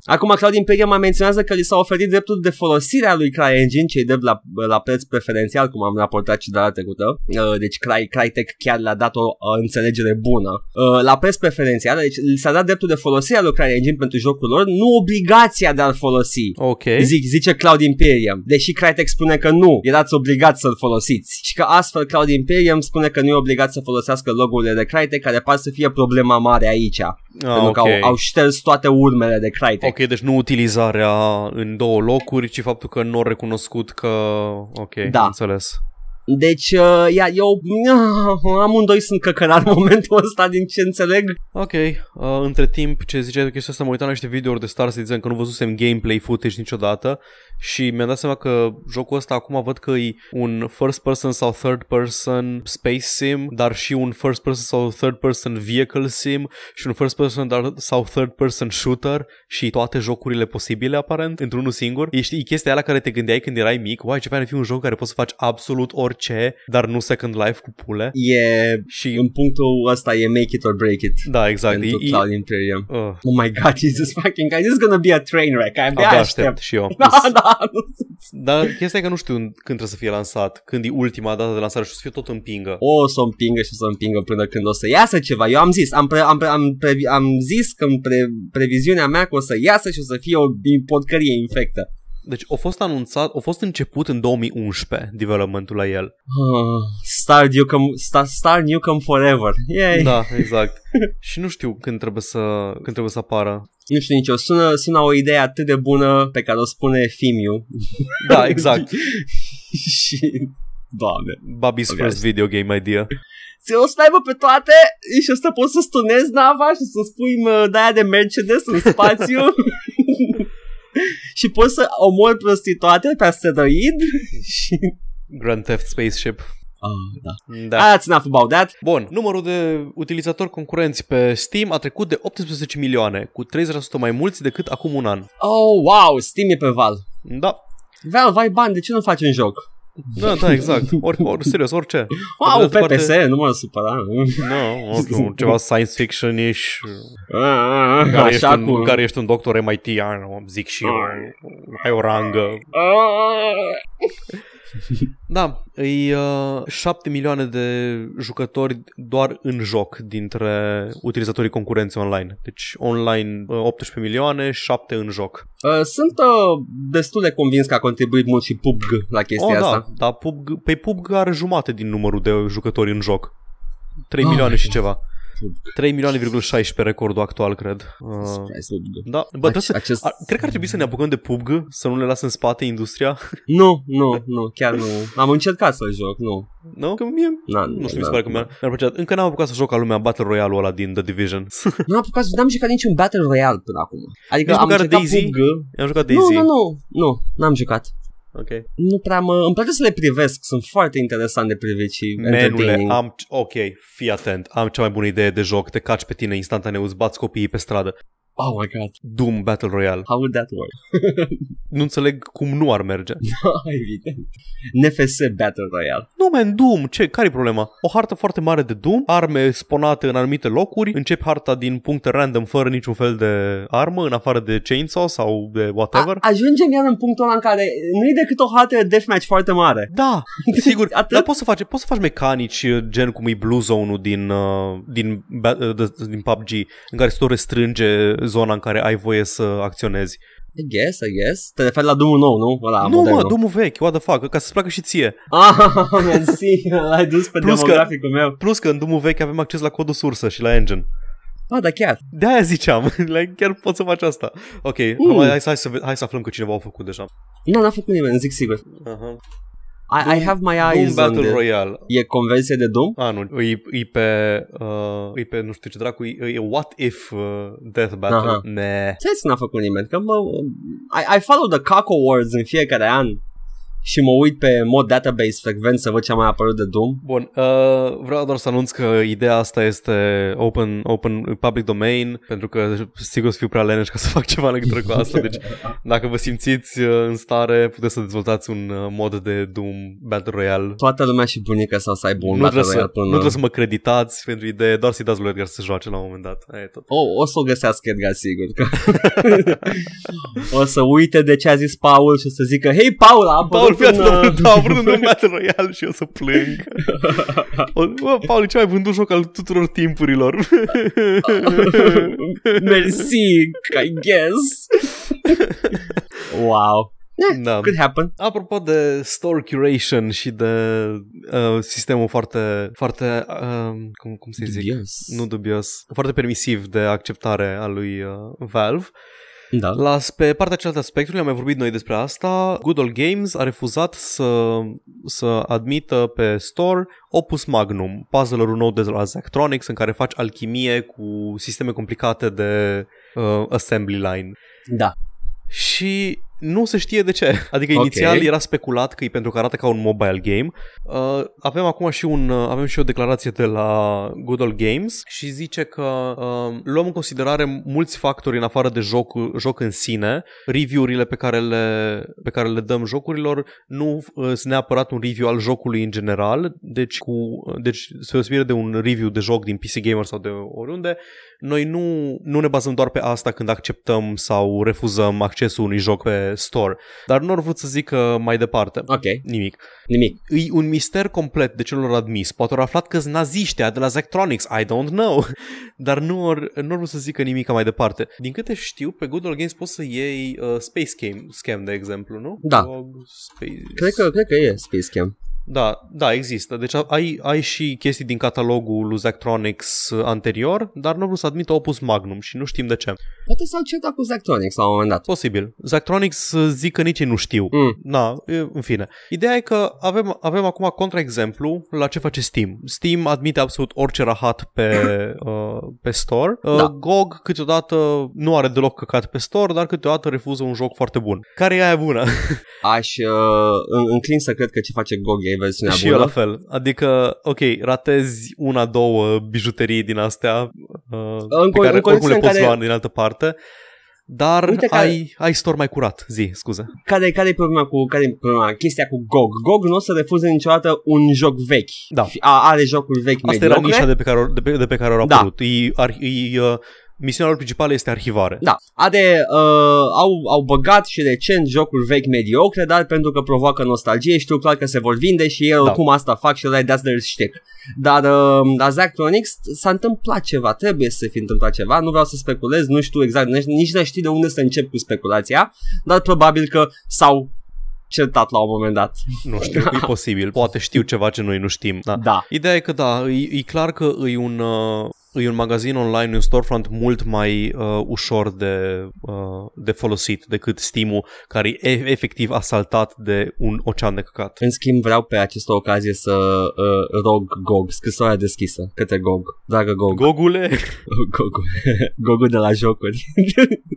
Speaker 1: Acum Cloud Imperium mai menționează că li s-a oferit dreptul de folosire a lui CryEngine, cei drept la, la preț preferențial, cum am raportat și data trecută. Uh, Deci Cry, Crytek chiar le-a dat o uh, înțelegere bună. Uh, La preț preferențial, deci li s-a dat dreptul de folosire a lui CryEngine pentru jocul lor, nu obligația de a-l folosi.
Speaker 2: Ok.
Speaker 1: Zic, zice Cloud Imperium, deși Crytek spune că nu, erați obligați să-l folosiți și că astfel Cloud Imperium spune că nu e obligat să folosească logo-urile de Crytek, care par să fie problema mare aici, ah,
Speaker 2: Ah,
Speaker 1: pentru
Speaker 2: ok.
Speaker 1: că au, au șters toate urmele de Crytek.
Speaker 2: ok, deci nu utilizarea în două locuri, ci faptul că nu au recunoscut că... Ok,
Speaker 1: Da.
Speaker 2: înțeles.
Speaker 1: Deci, uh, ia, eu uh, amândoi sunt căcănar în momentul ăsta, din ce înțeleg.
Speaker 2: Ok, uh, între timp ce ziceai de chestia asta, mă uitam la niște videouri de Star Citizen că nu văzusem gameplay footage niciodată și mi-am dat seama că jocul ăsta acum văd că e un first person sau third person space sim, dar și un first person sau third person vehicle sim și un first person dar, sau third person shooter și toate jocurile posibile aparent într-unul singur. E, știi, e chestia aia la care te gândeai când erai mic, uai ce fain ar fi un joc în care poți să faci absolut orice, dar nu Second Life cu pule.
Speaker 1: E,
Speaker 2: Și
Speaker 1: în punctul ăsta e make it or break it.
Speaker 2: da, exact.
Speaker 1: pentru
Speaker 2: e- e-
Speaker 1: Cloud Imperium.
Speaker 2: Uh,
Speaker 1: Oh my god, Jesus fucking Christ, this is gonna be a train wreck. Abia
Speaker 2: abia
Speaker 1: aștept.
Speaker 2: aștept și eu.
Speaker 1: Da, da, nu
Speaker 2: Dar chestia e că nu știu când trebuie să fie lansat, când e ultima dată de lansare și o să fie tot împingă.
Speaker 1: o să o împingă și o să o împingă până când o să iasă ceva. Eu am zis, am, pre, am, pre, am, pre, am zis că în pre, previziunea mea că o să iasă și o să fie o porcărie infectă.
Speaker 2: Deci a fost anunțat, a fost început în 2011 developmentul la el.
Speaker 1: Ah, Star Newcomb, Star, Star Newcomb Forever. Yay.
Speaker 2: Da, exact. și nu știu când trebuie să, când trebuie să apară.
Speaker 1: Nu știu nicio, sună, sună o idee atât de bună pe care o spune Fimiu.
Speaker 2: Da, exact.
Speaker 1: și... Doamne.
Speaker 2: Bobby's
Speaker 1: Ok.
Speaker 2: first video game idea.
Speaker 1: Se o să aibă pe toate și o să poți să stunezi nava și să spui mă, de-aia de Mercedes în spațiu. și poți să omori prostituate pe asteroid și...
Speaker 2: Grand Theft Spaceship.
Speaker 1: Ah, da.
Speaker 2: Da.
Speaker 1: That's enough about that.
Speaker 2: Bun, numărul de utilizatori concurenți pe Steam a trecut de 18 milioane, cu 30% mai mulți decât acum un an.
Speaker 1: Oh, wow, Steam e pe val.
Speaker 2: Da,
Speaker 1: Valve, vai bani, de ce nu faci un joc?
Speaker 2: da, da, exact. Ori, ori, serios, orice.
Speaker 1: Wow,
Speaker 2: altă parte-
Speaker 1: PPS, nu mă supăra.
Speaker 2: Nu, oricum, ceva science fiction ești, care, ești
Speaker 1: Așa cu...
Speaker 2: un, care ești un doctor MIT, ah, nu, zic și eu, ai o rangă.
Speaker 1: Ah.
Speaker 2: Da, îi uh, 7 milioane de jucători doar în joc dintre utilizatorii concurenți online. Deci online uh, 18 milioane, 7 în joc.
Speaker 1: Uh, Sunt uh, destul de convins că a contribuit mult și PUBG la chestia
Speaker 2: oh,
Speaker 1: asta.
Speaker 2: da, da PUBG, pe PUBG are jumate din numărul de jucători în joc. 3
Speaker 1: Ah,
Speaker 2: milioane și ceva.
Speaker 1: PUBG.
Speaker 2: 3 milioane,16 recordul actual, cred. Uh,
Speaker 1: Surprise, PUBG.
Speaker 2: da, bă, trebuie să,
Speaker 1: Acest...
Speaker 2: ar, cred că ar trebui să ne apucăm de PUBG, să nu le las în spate industria,
Speaker 1: Nu, nu, nu, chiar nu. Am încercat să joc, nu.
Speaker 2: nu? Că mie,
Speaker 1: Na,
Speaker 2: nu știu, mi se pare că mi-ar, mi-ar plăcea. Încă n-am apucat să joc ca lumea Battle Royale-ul ăla din The Division.
Speaker 1: Nu am apucat, n-am jucat niciun Battle Royale până acum. Adică
Speaker 2: Nici
Speaker 1: am
Speaker 2: măcar
Speaker 1: jucat
Speaker 2: Daisy?
Speaker 1: PUBG.
Speaker 2: I-am jucat Daisy.
Speaker 1: Nu, nu, nu, nu, n-am jucat.
Speaker 2: Ok.
Speaker 1: Nu prea mă... Îmi place să le privesc, sunt foarte interesant de privit și
Speaker 2: Menule,
Speaker 1: entertaining.
Speaker 2: am... Ok, fii atent. Am cea mai bună idee de joc. Te caci pe tine instantaneu, îți bați copiii pe stradă.
Speaker 1: Oh my god,
Speaker 2: Doom Battle Royale.
Speaker 1: how would that work?
Speaker 2: Nu înțeleg cum nu ar merge.
Speaker 1: Da, Evident. NFS Battle Royale.
Speaker 2: Nu, man, Doom, ce? Care-i problema? O hartă foarte mare de Doom, arme sponate în anumite locuri, începi harta din puncte random fără niciun fel de armă, în afară de chainsaw sau de whatever.
Speaker 1: A, ajungem iar în punctul ăla în care nu e decât o hartă de deathmatch foarte mare.
Speaker 2: Da, sigur.
Speaker 1: Atât?
Speaker 2: Dar poți să faci, poți să faci mecanici uh, gen cum e Blue Zone-ul din, uh, din, ba- uh, de- din PUBG, în care se tot restrânge zona în care ai voie să acționezi.
Speaker 1: I guess, I guess. Te referi la Doom-ul nou, nu? Ăla
Speaker 2: nu,
Speaker 1: modernul.
Speaker 2: mă, domnul vechi, what the fuck, ca să-ți placă și ție.
Speaker 1: Ah, mersi, l-ai dus pe
Speaker 2: Plus că-
Speaker 1: demograficul meu.
Speaker 2: Plus că în domnul vechi avem acces la codul sursă și la engine.
Speaker 1: Ba, da, chiar.
Speaker 2: De-aia ziceam, like, chiar poți să faci asta. Ok,
Speaker 1: Mm.
Speaker 2: mm. hai, să- hai, să, ve- hai să aflăm că cineva a făcut deja.
Speaker 1: Nu, n-a făcut nimeni, zic sigur.
Speaker 2: Uh-huh.
Speaker 1: I, I have my
Speaker 2: Doom
Speaker 1: eyes on
Speaker 2: Battle
Speaker 1: the...
Speaker 2: Royale.
Speaker 1: E convenție de Doom?
Speaker 2: A, nu, e, e, pe, uh, e pe, nu știu ce dracu, e, e What If uh, Death Battle.
Speaker 1: Aha.
Speaker 2: Aha. Ne.
Speaker 1: Știți n-a făcut nimeni, că mă... I, I follow the cock awards în fiecare an și mă uit pe mod database frecvent să văd ce a mai apărut de Doom.
Speaker 2: Bun, uh, vreau doar să anunț că ideea asta este open, open public domain, pentru că sigur o să fiu prea leneș ca să fac ceva în legătură cu asta, deci dacă vă simțiți uh, în stare, puteți să dezvoltați un uh, mod de Doom Battle Royale.
Speaker 1: Toată lumea și bunica sau să aibă un
Speaker 2: nu,
Speaker 1: Battle
Speaker 2: trebuie
Speaker 1: Royale
Speaker 2: să, nu
Speaker 1: până...
Speaker 2: trebuie să mă creditați pentru idee, doar să-i dați lui Edgar să se joace la un moment dat. Aia e tot.
Speaker 1: O, o să o găsească Edgar, sigur. Că... o să uite de ce a zis Paul și o să zică Hei, Paul, a apărut
Speaker 2: Paul, fii
Speaker 1: un, uh,
Speaker 2: atent, a vrut un Doom Battle Royale și eu să plâng. O, bă, Paul, e cel mai vândut joc al tuturor timpurilor.
Speaker 1: Mersi, I guess. wow.
Speaker 2: da.
Speaker 1: Could happen.
Speaker 2: Apropo de store curation și de uh, sistemul foarte, foarte uh, cum, cum să zic,
Speaker 1: Dubios.
Speaker 2: nu dubios, foarte permisiv de acceptare a lui uh, Valve,
Speaker 1: Da.
Speaker 2: La, pe partea cealaltă a spectrului, am mai vorbit noi despre asta, Good Old Games a refuzat să, să admită pe store Opus Magnum, puzzle-ul nou de la Zactronics în care faci alchimie cu sisteme complicate de uh, assembly line.
Speaker 1: Da.
Speaker 2: Și nu se știe de ce. Adică
Speaker 1: Ok.
Speaker 2: inițial era speculat că e pentru că arată ca un mobile game. Uh, avem acum și un uh, avem și o declarație de la Good Old Games și zice că uh, luăm în considerare mulți factori în afară de joc, joc în sine. Review-urile pe care le pe care le dăm jocurilor nu uh, sunt neapărat un review al jocului în general, deci cu deci spre deosebire de un review de joc din PC Gamer sau de oriunde, noi nu, nu ne bazăm doar pe asta când acceptăm sau refuzăm accesul unui joc pe store, dar nu ar vrut să zic mai departe.
Speaker 1: Ok,
Speaker 2: Nimic.
Speaker 1: nimic.
Speaker 2: E un mister complet de ce nu l-au admis. Poate au aflat că sunt naziști aia de la Zactronics, I don't know. Dar nu or, nu or vrut să zică nimic mai departe. Din câte știu, pe Good Old Games poți să iei uh, Space Game, Scam, de exemplu, nu?
Speaker 1: Da.
Speaker 2: Dog, space...
Speaker 1: Cred că, cred că e Space Cam.
Speaker 2: Da, da, există. Deci ai, ai și chestii din catalogul lui Zactronics uh, anterior, dar nu vreau să admită Opus Magnum și nu știm de ce.
Speaker 1: Poate s-au certat cu Zactronics la un moment dat.
Speaker 2: Posibil. Zactronics uh, zic că nici ei nu știu.
Speaker 1: Mm.
Speaker 2: Na, e, în fine. Ideea e că avem, avem acum contraexemplu la ce face Steam. Steam admite absolut orice rahat pe, uh, pe store. Uh,
Speaker 1: Da.
Speaker 2: GOG câteodată nu are deloc căcat pe store, dar câteodată refuză un joc foarte bun. Care e aia bună?
Speaker 1: Aș uh, în- înclin să cred că ce face GOG e versiunea
Speaker 2: și
Speaker 1: bună.
Speaker 2: eu la fel. Adică, ok, ratezi una, două bijuterii din astea uh,
Speaker 1: În,
Speaker 2: pe
Speaker 1: co-
Speaker 2: care
Speaker 1: în
Speaker 2: oricum
Speaker 1: condiții
Speaker 2: le
Speaker 1: în
Speaker 2: poți lua
Speaker 1: care,
Speaker 2: din altă parte. Dar
Speaker 1: Uite
Speaker 2: ai,
Speaker 1: care-
Speaker 2: ai store mai curat, zi, scuze.
Speaker 1: care, care e problema cu care e problema, chestia cu GOG? GOG nu o să refuze niciodată un joc vechi.
Speaker 2: Da.
Speaker 1: A, are jocuri vechi
Speaker 2: Asta era
Speaker 1: mediocre.
Speaker 2: nișa de pe care, o- de pe, de pe care au
Speaker 1: Da.
Speaker 2: apărut. E, ar, e, uh, misiunea lor principală este arhivare.
Speaker 1: Da, are, uh, au, au băgat și recent jocuri vechi mediocre, dar pentru că provoacă nostalgie știu clar că se vor vinde și ei oricum asta fac și ăla that's their shtick. Dar uh, la Zactronics s-a întâmplat ceva, trebuie să se fi întâmplat ceva, nu vreau să speculez, nu știu exact, nici- nici nu știu de unde să încep cu speculația, dar probabil că s-au certat la un moment dat.
Speaker 2: Nu știu, e posibil. Poate știu ceva ce noi nu știm. Da.
Speaker 1: Da.
Speaker 2: Ideea e că da, e, e clar că e un, uh, e un magazin online, un storefront mult mai uh, ușor de, uh, de folosit decât Steam-ul, care e e- efectiv asaltat de un ocean de căcat.
Speaker 1: În schimb vreau pe această ocazie să uh, rog GOG, scrisoarea deschisă către GOG, dragă GOG.
Speaker 2: Gogule!
Speaker 1: Gogo. Gogo de la jocuri.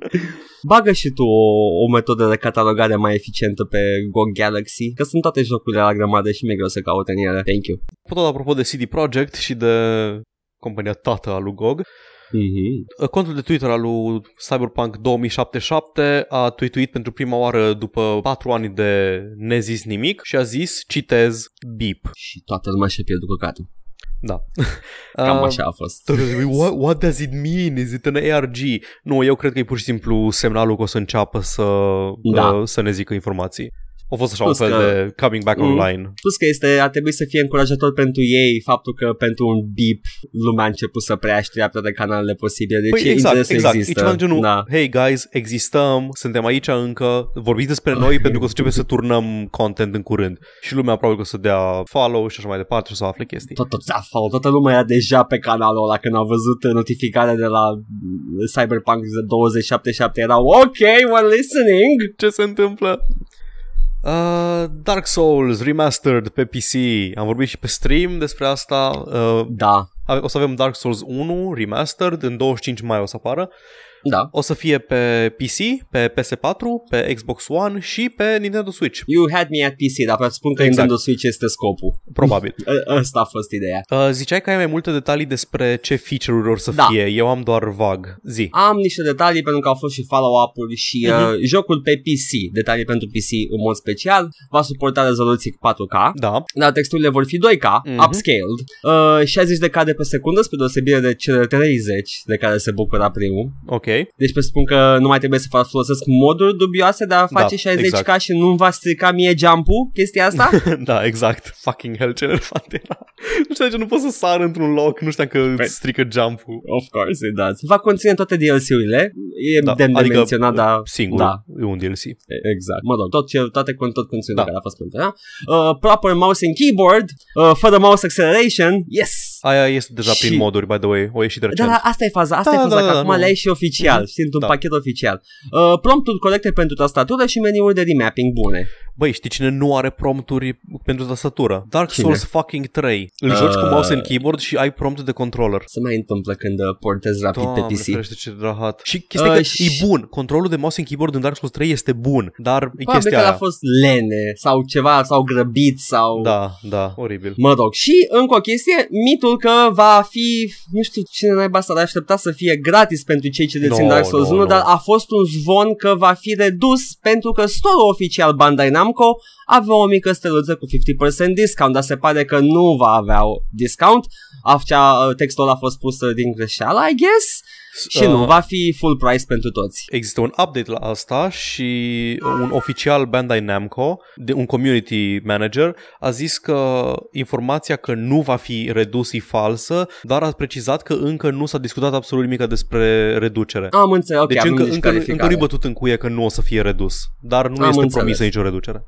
Speaker 1: Bagă și tu o, o metodă de catalogare mai eficientă pe Go Galaxy, că sunt toate jocurile la grămadă și mi-e greu să caut în ele. Thank you.
Speaker 2: Tot apropo de CD Projekt și de compania tată a lui GOG, Mhm.
Speaker 1: Mm-hmm.
Speaker 2: Ă, Contul de Twitter al lui Cyberpunk 2077 a tweetuit pentru prima oară după 4 ani de nezis nimic și a zis, citez, beep.
Speaker 1: Și toată lumea și-a pierdut căcatul.
Speaker 2: Da.
Speaker 1: Cam
Speaker 2: Uh,
Speaker 1: așa a fost.
Speaker 2: toată lumea, What, what does it mean? Is it an ARG? Nu, eu cred că e pur și simplu semnalul că o să înceapă să,
Speaker 1: Da.
Speaker 2: uh, să ne zică informații. A fost așa
Speaker 1: Plus
Speaker 2: un fel
Speaker 1: că-
Speaker 2: de coming back
Speaker 1: Mm.
Speaker 2: online.
Speaker 1: Plus că este, ar trebui să fie încurajator pentru ei faptul că pentru un bip lumea a început să preia știrea pe toate canalele posibile. Deci
Speaker 2: Păi
Speaker 1: păi,
Speaker 2: exact,
Speaker 1: interesul
Speaker 2: exact. E
Speaker 1: există.
Speaker 2: ceva de genul,
Speaker 1: da.
Speaker 2: hey guys, existăm, suntem aici încă, vorbiți despre noi pentru că o să începem să turnăm content în curând. Și lumea probabil că o să dea follow și așa mai departe și o să afle chestii.
Speaker 1: Tot, tot, afau, toată lumea era deja pe canalul ăla când a văzut uh, notificarea de la mm, Cyberpunk 2077 erau OK, we're listening.
Speaker 2: Ce se întâmplă? Uh, Dark Souls Remastered pe PC Am vorbit și pe stream despre asta uh,
Speaker 1: Da,
Speaker 2: ave- O să avem Dark Souls 1 Remastered În 25 mai o să apară
Speaker 1: da.
Speaker 2: O să fie pe PC, pe PS4 Pe Xbox One și pe Nintendo Switch
Speaker 1: You had me at PC, dar vreau să spun că
Speaker 2: Exact.
Speaker 1: exact. Nintendo Switch este scopul.
Speaker 2: Probabil
Speaker 1: Ă- Ăsta a fost ideea.
Speaker 2: Uh, ziceai că ai mai multe detalii despre ce feature-uri or să
Speaker 1: Da.
Speaker 2: fie. Eu am doar vag. Zi.
Speaker 1: Am niște detalii pentru că au fost și follow-up-uri și uh, jocul pe PC, detalii pentru PC în mod special, va suporta rezoluții 4K,
Speaker 2: Da.
Speaker 1: dar texturile vor fi 2K,
Speaker 2: Mhm.
Speaker 1: upscaled, uh, 60 de cadre pe secundă, spre deosebire de cele 30 de care se bucura primul.
Speaker 2: Ok.
Speaker 1: Deci presupun că nu mai trebuie să fac- folosesc moduri dubioase de a face
Speaker 2: Da,
Speaker 1: 60k
Speaker 2: exact.
Speaker 1: și nu-mi va strica mie jump chestia asta?
Speaker 2: da, exact. Fucking hell, ce nervant era. Nu știu de ce nu pot să sar într-un loc. Nu știam că
Speaker 1: Păi-
Speaker 2: îți strică jump-ul.
Speaker 1: of course it does. Va conține toate DLC-urile, e
Speaker 2: Da,
Speaker 1: da, demn de
Speaker 2: adică,
Speaker 1: adică, menționat, dar
Speaker 2: Singur.
Speaker 1: Da.
Speaker 2: E un DLC.
Speaker 1: e- exact. Mă rog, tot, ce, toate, con- tot conținutul
Speaker 2: Da.
Speaker 1: da. care a fost pentru ea. Uh, proper mouse and keyboard, uh, fără mouse acceleration, yes!
Speaker 2: Aia este deja
Speaker 1: Și-
Speaker 2: prin moduri, by the way. O ieșit recent.
Speaker 1: Dar asta e faza, asta
Speaker 2: Da,
Speaker 1: e faza,
Speaker 2: da,
Speaker 1: că
Speaker 2: da,
Speaker 1: acum
Speaker 2: nu.
Speaker 1: le ai și oficial,
Speaker 2: Mhm.
Speaker 1: știi, într-un
Speaker 2: Da.
Speaker 1: pachet oficial. Uh, prompturi corecte pentru tastatură și meniuri de remapping bune.
Speaker 2: Băi, știi cine nu are prompturi pentru tastatură? Dark
Speaker 1: Cine?
Speaker 2: Souls fucking 3. Îl joci cu
Speaker 1: Ah.
Speaker 2: mouse and keyboard și ai prompt de controller.
Speaker 1: Se mai întâmplă când uh, portezi rapid pe PC.
Speaker 2: ferește, ce rahat. Și chestia uh,
Speaker 1: Ah,
Speaker 2: că
Speaker 1: și-
Speaker 2: e bun. Controlul de mouse and keyboard în Dark Souls 3 este bun, dar e
Speaker 1: Probabil că
Speaker 2: chestia
Speaker 1: a
Speaker 2: aia.
Speaker 1: fost lene sau ceva, sau grăbit, sau...
Speaker 2: Da, da, oribil.
Speaker 1: Mă rog, și încă o chestie, mitul că va fi, nu știu cine naiba s-ar aștepta să fie gratis pentru cei ce dețin
Speaker 2: No,
Speaker 1: Dark Souls
Speaker 2: no,
Speaker 1: 1,
Speaker 2: no.
Speaker 1: dar a fost un zvon că va fi redus pentru că store oficial Bandai Namco avea o mică steluță cu 50% discount, dar se pare că nu va avea o discount. Acea, textul ăla a fost pus uh, din greșeală, I guess, și
Speaker 2: Uh,
Speaker 1: nu, va fi full price pentru toți.
Speaker 2: Există un update la asta și un oficial Bandai Namco, de un community manager, a zis că informația că nu va fi redus e falsă, dar a precizat că încă nu s-a discutat absolut nimic despre reducere.
Speaker 1: Am înțeles, ok,
Speaker 2: deci
Speaker 1: am
Speaker 2: încă,
Speaker 1: nici
Speaker 2: încă, încă
Speaker 1: clarificare.
Speaker 2: nu-i bătut în cuie că nu o să fie redus, dar nu
Speaker 1: Am
Speaker 2: este
Speaker 1: înțeles.
Speaker 2: promisă nicio reducere.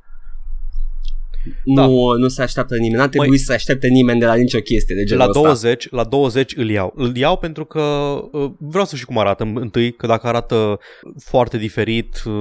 Speaker 2: Da.
Speaker 1: nu, nu se așteaptă nimeni, n-a trebuit să se aștepte nimeni de la nicio chestie de genul
Speaker 2: La
Speaker 1: ăsta.
Speaker 2: 20, la 20 îl iau. Îl iau pentru că uh, vreau să știu cum arată întâi, că dacă arată foarte diferit, uh,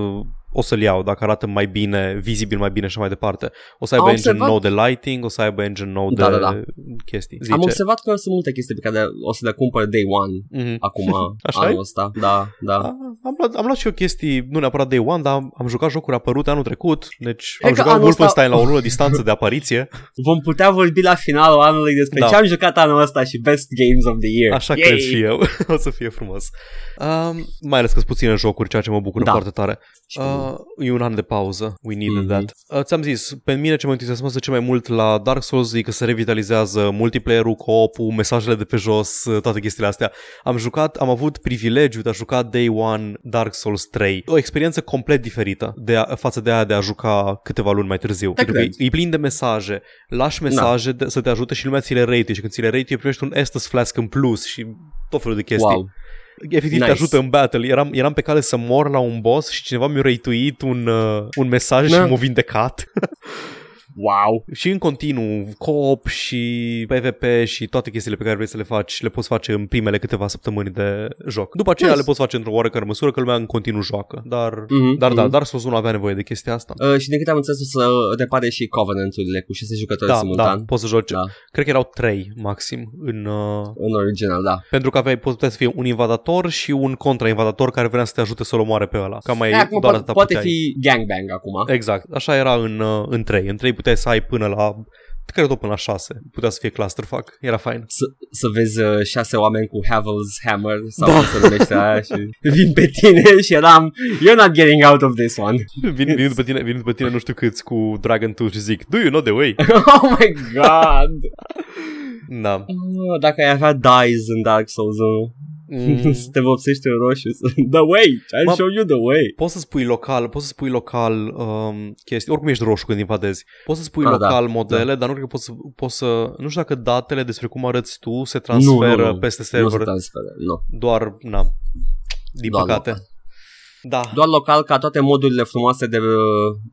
Speaker 2: o să-l iau, dacă arată mai bine, vizibil mai bine și mai departe. O să aibă
Speaker 1: Am
Speaker 2: engine
Speaker 1: observat-
Speaker 2: nou de lighting, o să aibă engine nou de
Speaker 1: Da, da, da.
Speaker 2: chestii.
Speaker 1: Am
Speaker 2: Zice.
Speaker 1: observat că sunt multe chestii pe care o să le cumpăr day one
Speaker 2: Mhm.
Speaker 1: acum,
Speaker 2: Așa
Speaker 1: anul
Speaker 2: e?
Speaker 1: ăsta. Da, da.
Speaker 2: A, am, luat, am luat și eu chestii, nu neapărat Day One, dar am, am jucat jocuri apărute anul trecut, deci
Speaker 1: Cred
Speaker 2: am
Speaker 1: că
Speaker 2: jucat
Speaker 1: anul ăsta-
Speaker 2: Wolfenstein la o lună distanță de apariție,
Speaker 1: Vom putea vorbi la finalul anului despre
Speaker 2: Da.
Speaker 1: ce am jucat anul ăsta și best games of the year.
Speaker 2: așa
Speaker 1: Yay!
Speaker 2: cred și eu, o să fie frumos. Um, mai ales că sunt puține jocuri, ceea ce mă bucură
Speaker 1: Da.
Speaker 2: foarte tare.
Speaker 1: Și pe mine.
Speaker 2: Uh, e un an de pauză. We needed
Speaker 1: Mhm.
Speaker 2: that. Uh, ți-am zis, pe mine ce mă entuziasmează cel mai mult la Dark Souls e că se revitalizează multiplayer-ul, co-op-ul, mesajele de pe jos, uh, toate chestiile astea. Am jucat, am avut privilegiul de a juca Day One Dark Souls 3. O experiență complet diferită de a, față de aia de a juca câteva luni mai târziu.
Speaker 1: Te
Speaker 2: Pentru că e,
Speaker 1: Da, cred. Da.
Speaker 2: e plin de mesaje. Lași mesaje de, să te ajute și lumea ți le rate și când ți le rate primești un Estes Flask în plus și tot felul de chestii
Speaker 1: Wow.
Speaker 2: efectiv nice.
Speaker 1: Nice.
Speaker 2: te ajută în battle. Eram, eram pe cale să mor la un boss și cineva mi-a reituit un, uh, un mesaj
Speaker 1: Da.
Speaker 2: și m-a vindecat.
Speaker 1: Wow.
Speaker 2: și în continuu, co-op și PvP și toate chestiile pe care vrei să le faci, le poți face în primele câteva săptămâni de joc. După aceea
Speaker 1: Nice.
Speaker 2: nice. le poți face într-o oarecare măsură că lumea în continuu joacă. Dar,
Speaker 1: Mhm,
Speaker 2: dar da,
Speaker 1: mhm.
Speaker 2: Dark Souls nu avea nevoie de chestia asta.
Speaker 1: Uh, și din câte am înțeles o să repare și Covenant-urile cu 6 jucători
Speaker 2: Da, da,
Speaker 1: simultan.
Speaker 2: poți să joci.
Speaker 1: Da.
Speaker 2: Da. Cred că erau trei maxim în, uh,
Speaker 1: În original, da.
Speaker 2: pentru că aveai putea să fie un invadator și un contrainvadator care venea să te ajute să-l omoare pe ăla. Cam mai
Speaker 1: E, acum
Speaker 2: doar
Speaker 1: po-
Speaker 2: atâta
Speaker 1: poate
Speaker 2: puteai.
Speaker 1: fi gangbang acum.
Speaker 2: Exact, așa era în, uh, în 3. În 3 puteai să ai până la, cred tot până la 6. Putea să fie clusterfuck, era fain.
Speaker 1: Să, să vezi uh, șase oameni cu Havel's Hammer sau da. să numește aia și vin pe tine și eram You're not getting out of this one.
Speaker 2: Vin, vin, după tine, vin după tine nu știu câți cu Dragon 2 și zic, do you know the way?
Speaker 1: oh my god.
Speaker 2: Da.
Speaker 1: Ah, Dacă ai avea dies în Dark Souls 1
Speaker 2: Mm.
Speaker 1: Să te vopsește în roșu să- The way, I'll
Speaker 2: Ma-
Speaker 1: show you the way
Speaker 2: Poți să spui local, poți să spui local um, chestii, oricum ești roșu când invadezi. Poți să spui
Speaker 1: Ah, da,
Speaker 2: local modele, dar nu cred că poți să, poți să, nu știu dacă datele despre cum arăți tu se transferă
Speaker 1: Nu, nu, nu.
Speaker 2: peste
Speaker 1: Nu se
Speaker 2: server,
Speaker 1: transferă, nu
Speaker 2: doar, na, din
Speaker 1: Doar
Speaker 2: păcate.
Speaker 1: local.
Speaker 2: Da,
Speaker 1: da. Doar local ca toate modurile frumoase de uh,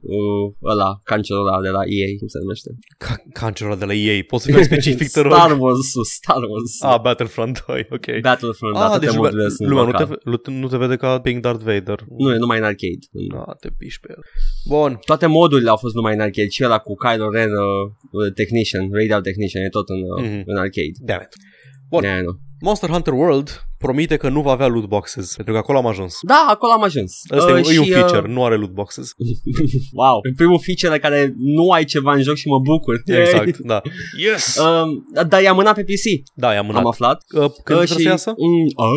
Speaker 1: uh, ăla, cancerul ăla de la EA, cum se numește
Speaker 2: Ca- cancerul de la ei, poți să fii specific, te rog.
Speaker 1: Star Wars, Star Wars
Speaker 2: Ah, Battlefront 2, ok.
Speaker 1: Battlefront, da,
Speaker 2: ah,
Speaker 1: toate
Speaker 2: deci
Speaker 1: modurile
Speaker 2: lumea,
Speaker 1: sunt
Speaker 2: lumea nu,
Speaker 1: local.
Speaker 2: te, ve- lu- nu te vede ca being Darth Vader.
Speaker 1: Nu, e numai în arcade
Speaker 2: Da, te piși pe el. Bun,
Speaker 1: Toate modurile au fost numai în arcade Și ăla cu Kylo Ren uh, uh, Technician, Radar Technician E tot în, uh,
Speaker 2: Mhm.
Speaker 1: în arcade
Speaker 2: damn it. Bun.
Speaker 1: Yeah, I know.
Speaker 2: Monster Hunter World promite că nu va avea loot boxes, pentru că acolo am ajuns.
Speaker 1: Da, acolo am ajuns
Speaker 2: Ăsta
Speaker 1: Uh,
Speaker 2: uh, e un
Speaker 1: și, uh,
Speaker 2: feature, nu are loot boxes.
Speaker 1: Wow. E primul feature la care nu ai ceva în joc și mă bucur.
Speaker 2: Exact, da. Yes!
Speaker 1: Um, dar i-am mânat pe PC,
Speaker 2: Da, i-am
Speaker 1: am
Speaker 2: mânat.
Speaker 1: aflat.
Speaker 2: Uh, când
Speaker 1: Uh,
Speaker 2: uh, trebuie
Speaker 1: și-
Speaker 2: să iasă?
Speaker 1: Mm, oh,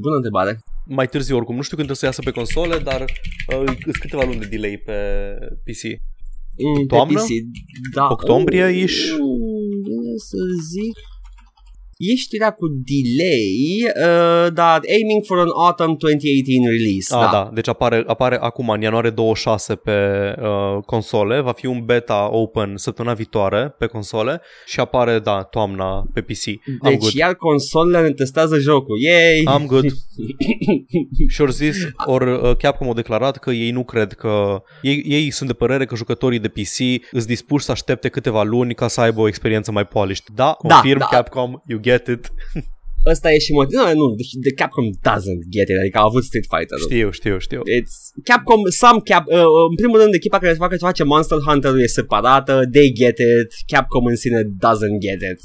Speaker 1: bună întrebare.
Speaker 2: Mai târziu oricum, nu știu când trebuie să iasă pe console, dar uh, sunt câteva luni de delay pe PC.
Speaker 1: Mm, pe
Speaker 2: Toamnă?
Speaker 1: PC, da.
Speaker 2: Octombrie-ish?
Speaker 1: Mm, Bine să zic. E știrea cu delay, uh, dar aiming for an autumn 2018 release.
Speaker 2: Ah, da. da, deci apare, apare acum în ianuarie 26 pe uh, console, va fi un beta open săptămâna viitoare pe console și apare, da, toamna pe PC. I'm
Speaker 1: Deci
Speaker 2: good.
Speaker 1: iar consolele ne testează jocul. Yay!
Speaker 2: I'm good. și ori zis, ori uh, Capcom au declarat că ei nu cred că... Ei, ei sunt de părere că jucătorii de PC îs dispuși să aștepte câteva luni ca să aibă o experiență mai polished. Da, confirm
Speaker 1: da.
Speaker 2: Capcom, you get it.
Speaker 1: Ăsta e și motivul. Nu, nu, deci the Capcom doesn't get it, adică a avut Street Fighter.
Speaker 2: Știu, știu, știu.
Speaker 1: It's Capcom, some Cap, uh, în primul rând echipa care face, face Monster hunter e separată, they get it, Capcom în sine doesn't get it.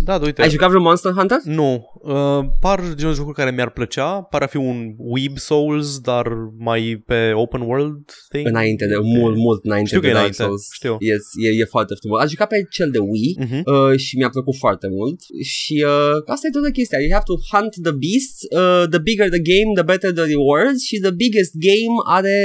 Speaker 2: Da, da, uite.
Speaker 1: Ai jucat vreun Monster Hunter?
Speaker 2: Nu, uh, par genul de jocuri care mi-ar plăcea, par a fi un Weeb Souls, dar mai pe open world thing.
Speaker 1: Înainte de, mult, mult înainte
Speaker 2: Știu că
Speaker 1: de
Speaker 2: e
Speaker 1: Dark
Speaker 2: înainte,
Speaker 1: Souls.
Speaker 2: știu.
Speaker 1: Yes, e, e foarte frumos. Am jucat pe cel de Wii
Speaker 2: Mhm.
Speaker 1: uh, și mi-a plăcut foarte mult și uh, asta e toată chestia. You have to hunt the beast, uh, the bigger the game, the better the rewards și the biggest game are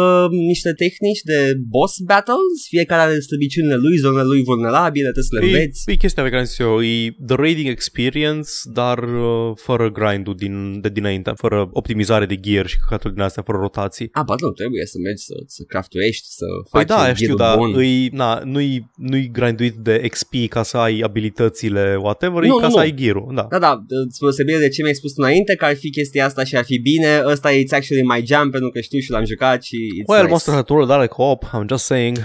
Speaker 1: uh, niște tehnici de boss battles, fiecare are slăbiciunile lui, zonele lui vulnerabile, trebuie să le
Speaker 2: E,
Speaker 1: înveți.
Speaker 2: e chestia pe care am zis eu, e the raiding experience, dar uh, fără grind-ul din, de dinainte, fără optimizare de gear și căcatul din astea, fără rotații.
Speaker 1: A, ba nu, trebuie să mergi să, să craftuiești, să
Speaker 2: Păi
Speaker 1: faci
Speaker 2: da,
Speaker 1: un
Speaker 2: știu,
Speaker 1: ghidul
Speaker 2: dar
Speaker 1: bun.
Speaker 2: îi, na, nu-i, nu-i grinduit de XP ca să ai abilitățile, whatever,
Speaker 1: Nu,
Speaker 2: e ca
Speaker 1: nu,
Speaker 2: să
Speaker 1: nu.
Speaker 2: ai gear-ul, da.
Speaker 1: Da, da, spre deosebire de ce mi-ai spus înainte că ar fi chestia asta și ar fi bine, ăsta e it's actually my jam pentru că știu și l-am jucat și it's
Speaker 2: Well,
Speaker 1: nice.
Speaker 2: Monster Hunter World are co-op, I'm just saying.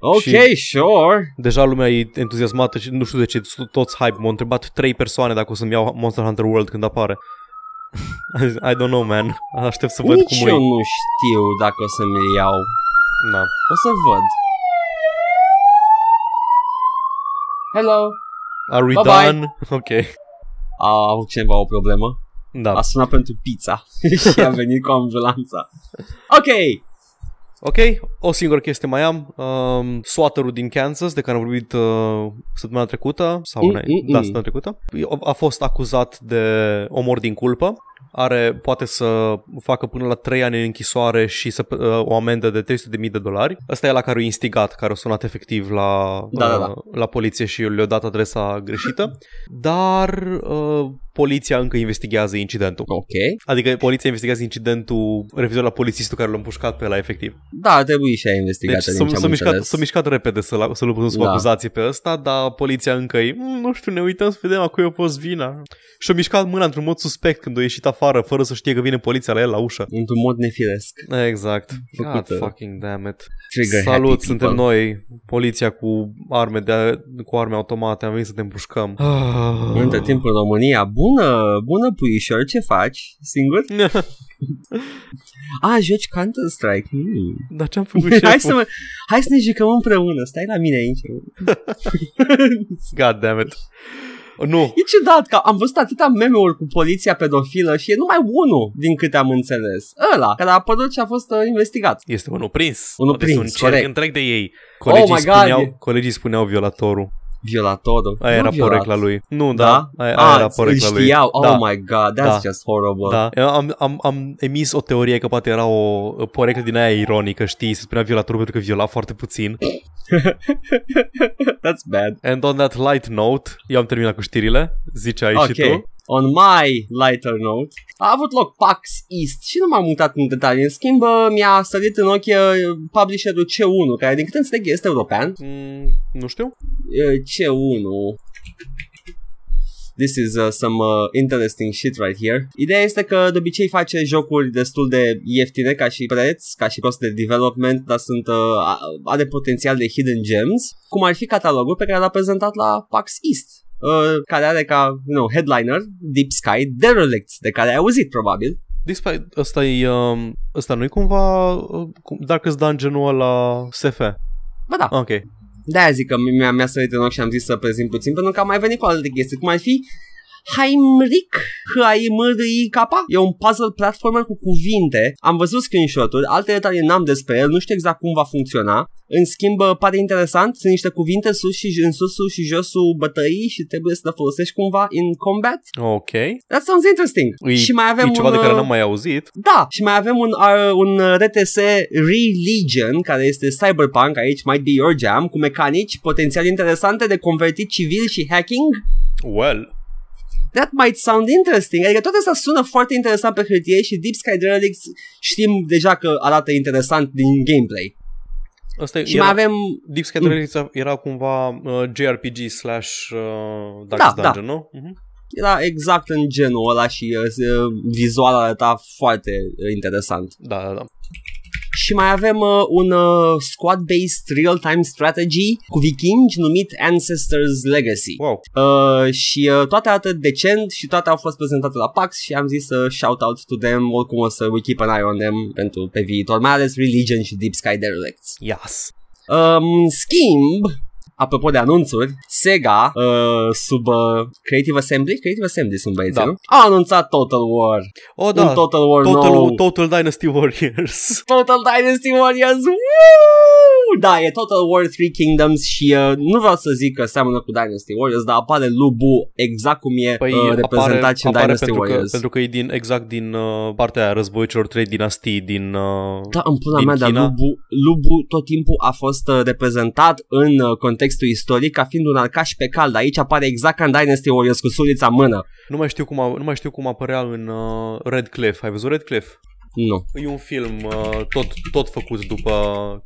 Speaker 1: Ok, sure.
Speaker 2: Deja lumea e entuziasmată și nu știu de ce to- toți hype. M-au întrebat trei persoane dacă o să-mi iau Monster Hunter World când apare. I don't know, man. Aștept să văd
Speaker 1: Nici
Speaker 2: cum
Speaker 1: eu
Speaker 2: e. Da.
Speaker 1: nu știu dacă o să mi iau.
Speaker 2: Na.
Speaker 1: O să văd. Hello.
Speaker 2: Are we
Speaker 1: Bye-bye.
Speaker 2: done? Ok.
Speaker 1: A avut cineva o problemă?
Speaker 2: Da.
Speaker 1: A sunat pentru pizza și a venit cu ambulanța. Ok,
Speaker 2: Ok, o singură chestie mai am. Um, Swatter-ul din Kansas, de care am vorbit uh, săptămâna trecută, sau
Speaker 1: Mm,
Speaker 2: mm,
Speaker 1: mm, mm.
Speaker 2: da, săptămâna trecută, a fost acuzat de omor din culpă. Are, poate să facă până la 3 ani în închisoare și să, uh, o amendă de 300.000 de dolari. Asta e la care o instigat, care a sunat efectiv la, uh,
Speaker 1: Da, da, da.
Speaker 2: la poliție și le-a dat adresa greșită. Dar uh, poliția încă investigează incidentul.
Speaker 1: ok.
Speaker 2: Adică poliția investigează incidentul referitor la polițistul care l-a împușcat pe la efectiv.
Speaker 1: Da, trebuie și a investigat
Speaker 2: Deci
Speaker 1: din ce
Speaker 2: s-a
Speaker 1: am
Speaker 2: mișcat,
Speaker 1: înțeles.
Speaker 2: s-a mișcat repede să-l, să-l pună sub
Speaker 1: Da.
Speaker 2: acuzație pe ăsta, dar poliția încă e, "Mm, nu știu, ne uităm să vedem a cui a fost vina. Și-a mișcat mâna într-un mod suspect când a ieșit afară, fără să știe că vine poliția la el la ușă.
Speaker 1: Într-un mod nefiresc.
Speaker 2: Exact. God
Speaker 1: Făcută.
Speaker 2: fucking damn it.
Speaker 1: Trigger
Speaker 2: Salut,
Speaker 1: happy tipo,
Speaker 2: suntem
Speaker 1: people.
Speaker 2: noi, poliția cu arme, de, cu arme automate, am venit să te împușcăm. Ah.
Speaker 1: Între timp în România, bună, bună puișor, ce faci? Singur? Ah, A, joci Counter-Strike. Hmm.
Speaker 2: Dar ce-am făcut
Speaker 1: Hai, să
Speaker 2: șeful?
Speaker 1: mă, hai să ne jucăm împreună, stai la mine aici.
Speaker 2: God damn it. Nu,
Speaker 1: E ciudat că am văzut atâta meme-uri cu poliția pedofilă și e numai unul din câte am înțeles. Ăla, care a apărut și a fost uh, investigat.
Speaker 2: Este unul prins.
Speaker 1: Unul
Speaker 2: Poate este
Speaker 1: prins,
Speaker 2: un cerc
Speaker 1: corect.
Speaker 2: întreg de ei. Colegii,
Speaker 1: Oh my God.
Speaker 2: spuneau, colegii spuneau violatorul.
Speaker 1: Violatorul.
Speaker 2: Aia
Speaker 1: Nu
Speaker 2: era
Speaker 1: violat.
Speaker 2: porecla lui. Nu, da. Aia, aia
Speaker 1: Ah,
Speaker 2: era porecla
Speaker 1: îl
Speaker 2: lui.
Speaker 1: știau. Oh
Speaker 2: Da.
Speaker 1: my god, that's
Speaker 2: Da.
Speaker 1: just horrible.
Speaker 2: Da, Eu am, am, am emis o teorie că poate era o o poreclă din aia ironică, știi, se spunea violatorul pentru că viola foarte puțin.
Speaker 1: That's bad.
Speaker 2: And on that light note, eu am terminat cu știrile, ziceai
Speaker 1: Ok.
Speaker 2: și tu.
Speaker 1: On my lighter note, a avut loc PAX East și nu m-am mutat în detalii. În schimb, uh, mi-a sărit în ochi uh, publisherul C1, care din câte înțeleg este european.
Speaker 2: Mm, nu știu.
Speaker 1: Uh, C1... This is uh, some uh, interesting shit right here. Ideea este că de obicei face jocuri destul de ieftine ca și preț, ca și cost de development, dar sunt uh, a- are potențial de hidden gems, cum ar fi catalogul pe care l-a prezentat la PAX East. Uh, care are ca you know, headliner Deep Sky Derelict, de care ai auzit probabil.
Speaker 2: Despite, ăsta e, um, ăsta nu-i cumva uh, cum- Darkest Dungeon-ul la SF?
Speaker 1: Ba da,
Speaker 2: Ok.
Speaker 1: de-aia zic că mi-a, mi-a sărit în ochi și am zis să prezint puțin, pentru că am mai venit cu alte chestii, cum ar fi Heimrich, H-A-I-M-R-I-K, e un puzzle platformer cu cuvinte. Am văzut screenshot-uri, alte detalii n-am despre el, nu știu exact cum va funcționa. În schimb, bă, pare interesant, sunt niște cuvinte sus și în susul și josul bătăii și trebuie să le folosești cumva in combat.
Speaker 2: Ok. E,
Speaker 1: That sounds interesting. și mai avem
Speaker 2: e ceva
Speaker 1: un,
Speaker 2: de care
Speaker 1: uh,
Speaker 2: n-am mai auzit.
Speaker 1: da, și mai avem un, uh, un RTS Religion, care este cyberpunk, aici might be your jam, cu mecanici potențial interesante de convertit civil și hacking.
Speaker 2: Well,
Speaker 1: That might sound interesting. Adică toate astea sună foarte interesant pe hârtie și Deep Sky Derelicts știm deja că arată interesant din gameplay.
Speaker 2: Asta e-
Speaker 1: Și
Speaker 2: era,
Speaker 1: mai avem...
Speaker 2: Deep Sky Dreadnought era cumva uh, JRPG slash uh, Darkest
Speaker 1: Da, da.
Speaker 2: Dungeon, nu? Mhm.
Speaker 1: Era exact în genul ăla și uh, vizual arăta foarte uh, interesant.
Speaker 2: Da, da, da.
Speaker 1: Și mai avem uh, un uh, squad-based real-time strategy cu vikingi numit Ancestors Legacy.
Speaker 2: Wow.
Speaker 1: Uh, și uh, toate arată decent și toate au fost prezentate la PAX și am zis să shout out to them, oricum o să we keep an eye on them pentru pe viitor, mai ales Religion și Deep Sky Derelicts.
Speaker 2: Yes.
Speaker 1: Um, în schimb, apropo de anunțuri, Sega, uh, sub uh, Creative Assembly, Creative Assembly sunt băieții,
Speaker 2: Da.
Speaker 1: nu? Au anunțat Total War,
Speaker 2: Oh,
Speaker 1: da. un
Speaker 2: da.
Speaker 1: Total War
Speaker 2: Total,
Speaker 1: nou.
Speaker 2: Total Dynasty Warriors.
Speaker 1: Total Dynasty Warriors, Woo! Da, e Total War 3 Kingdoms și uh, nu vreau să zic că seamănă cu Dynasty Warriors, dar apare Lubu exact cum e
Speaker 2: Păi
Speaker 1: uh, reprezentat
Speaker 2: apare,
Speaker 1: și în
Speaker 2: apare
Speaker 1: Dynasty
Speaker 2: pentru, că,
Speaker 1: Warriors.
Speaker 2: pentru că e din, exact din uh, partea aia războiul celor trei dinastii din... Uh,
Speaker 1: Da, în pula
Speaker 2: din
Speaker 1: mea, dar
Speaker 2: China.
Speaker 1: Lubu, Lubu tot timpul a fost uh, reprezentat în uh, contextul istoric ca fiind un arcaș pe cald. Aici apare exact ca în Dynasty Warriors cu sulița în mână.
Speaker 2: nu, mai știu cum a, nu mai știu cum apărea în uh, Red Cliff. Ai văzut Red Cliff?
Speaker 1: Nu.
Speaker 2: E un film uh, tot, tot făcut după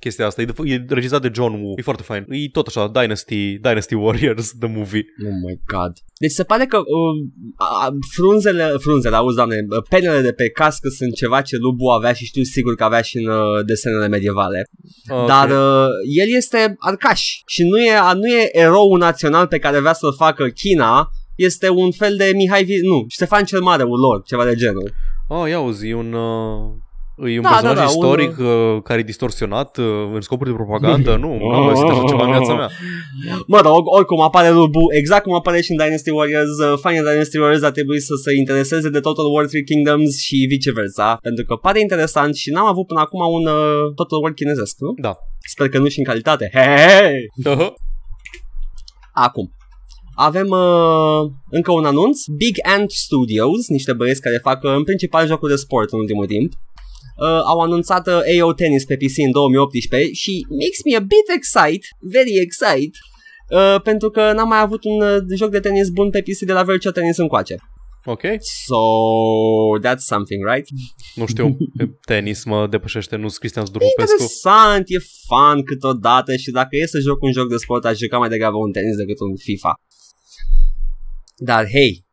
Speaker 2: chestia asta. E, de, f- e regizat de John Woo. E foarte fain. E tot așa Dynasty, Dynasty Warriors, the movie.
Speaker 1: Oh my god. Deci se pare că uh, a- a- frunzele, frunzele, auzi doamne, uh, penele de pe cască sunt ceva ce Lubu avea și știu sigur că avea și în uh, desenele medievale.
Speaker 2: Uh,
Speaker 1: Dar
Speaker 2: ok.
Speaker 1: uh, el este arcaș și nu e, a- nu e eroul național pe care vrea să-l facă China, este un fel de Mihai, Vi- nu, Ștefan cel Mare, lor, ceva de genul.
Speaker 2: Oh, ia uzi, e un... Uh... E un
Speaker 1: Da,
Speaker 2: da, personaj
Speaker 1: da,
Speaker 2: da,
Speaker 1: da,
Speaker 2: istoric un... uh, care e distorsionat uh, în scopuri de propagandă? Nu, am mai zis așa ceva în viața mea.
Speaker 1: Mă rog, oricum apare Lubu, exact cum apare și în Dynasty Warriors, uh, fanii de Dynasty Warriors ar trebui să se intereseze de Total War 3 Kingdoms și viceversa, pentru că pare interesant și n-am avut până acum un uh, Total War chinezesc, nu?
Speaker 2: Da.
Speaker 1: Sper că nu și în calitate. Hei!
Speaker 2: Da.
Speaker 1: Acum. Avem uh, încă un anunț. Big Ant Studios, niște băieți care fac uh, în principal jocuri de sport în ultimul timp. Uh, au anunțat uh, AO Tennis pe PC în 2018 și makes me a bit excite, very excite, uh, pentru că n-am mai avut un uh, joc de tenis bun pe PC de la Virtua Tennis încoace.
Speaker 2: Ok,
Speaker 1: So, that's something, right?
Speaker 2: nu știu, tenis mă depășește, nu Cristian Zdrupescu.
Speaker 1: Interesant, e fun câteodată și dacă e să joc un joc de sport, aș juca mai degrabă un tenis decât un FIFA. Dar hei,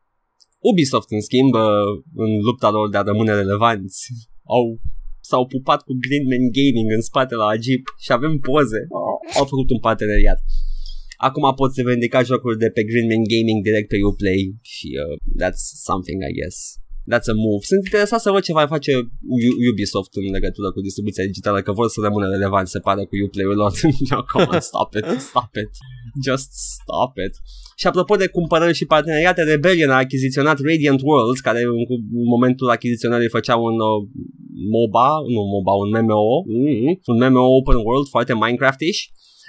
Speaker 1: Ubisoft, în schimb, uh, în lupta lor de a rămâne relevanți, au s-au pupat cu Greenman Gaming în spate la Jeep și avem poze. Au făcut un parteneriat. Acum poți revendica jocuri de pe Greenman Gaming direct pe Uplay și uh, that's something, I guess. That's a move. Sunt interesat să văd ce va face U- Ubisoft în legătură cu distribuția digitală, că vor să rămână relevant, se pare, cu Uplay-ul lor. No, come on, stop it, stop it. Just stop it. Și apropo de cumpărări și parteneriate, Rebellion a achiziționat Radiant Worlds, care în, în momentul achiziționării făcea un uh, MOBA, nu MOBA, un MMO, mm, un MMO open world foarte Minecraft-ish,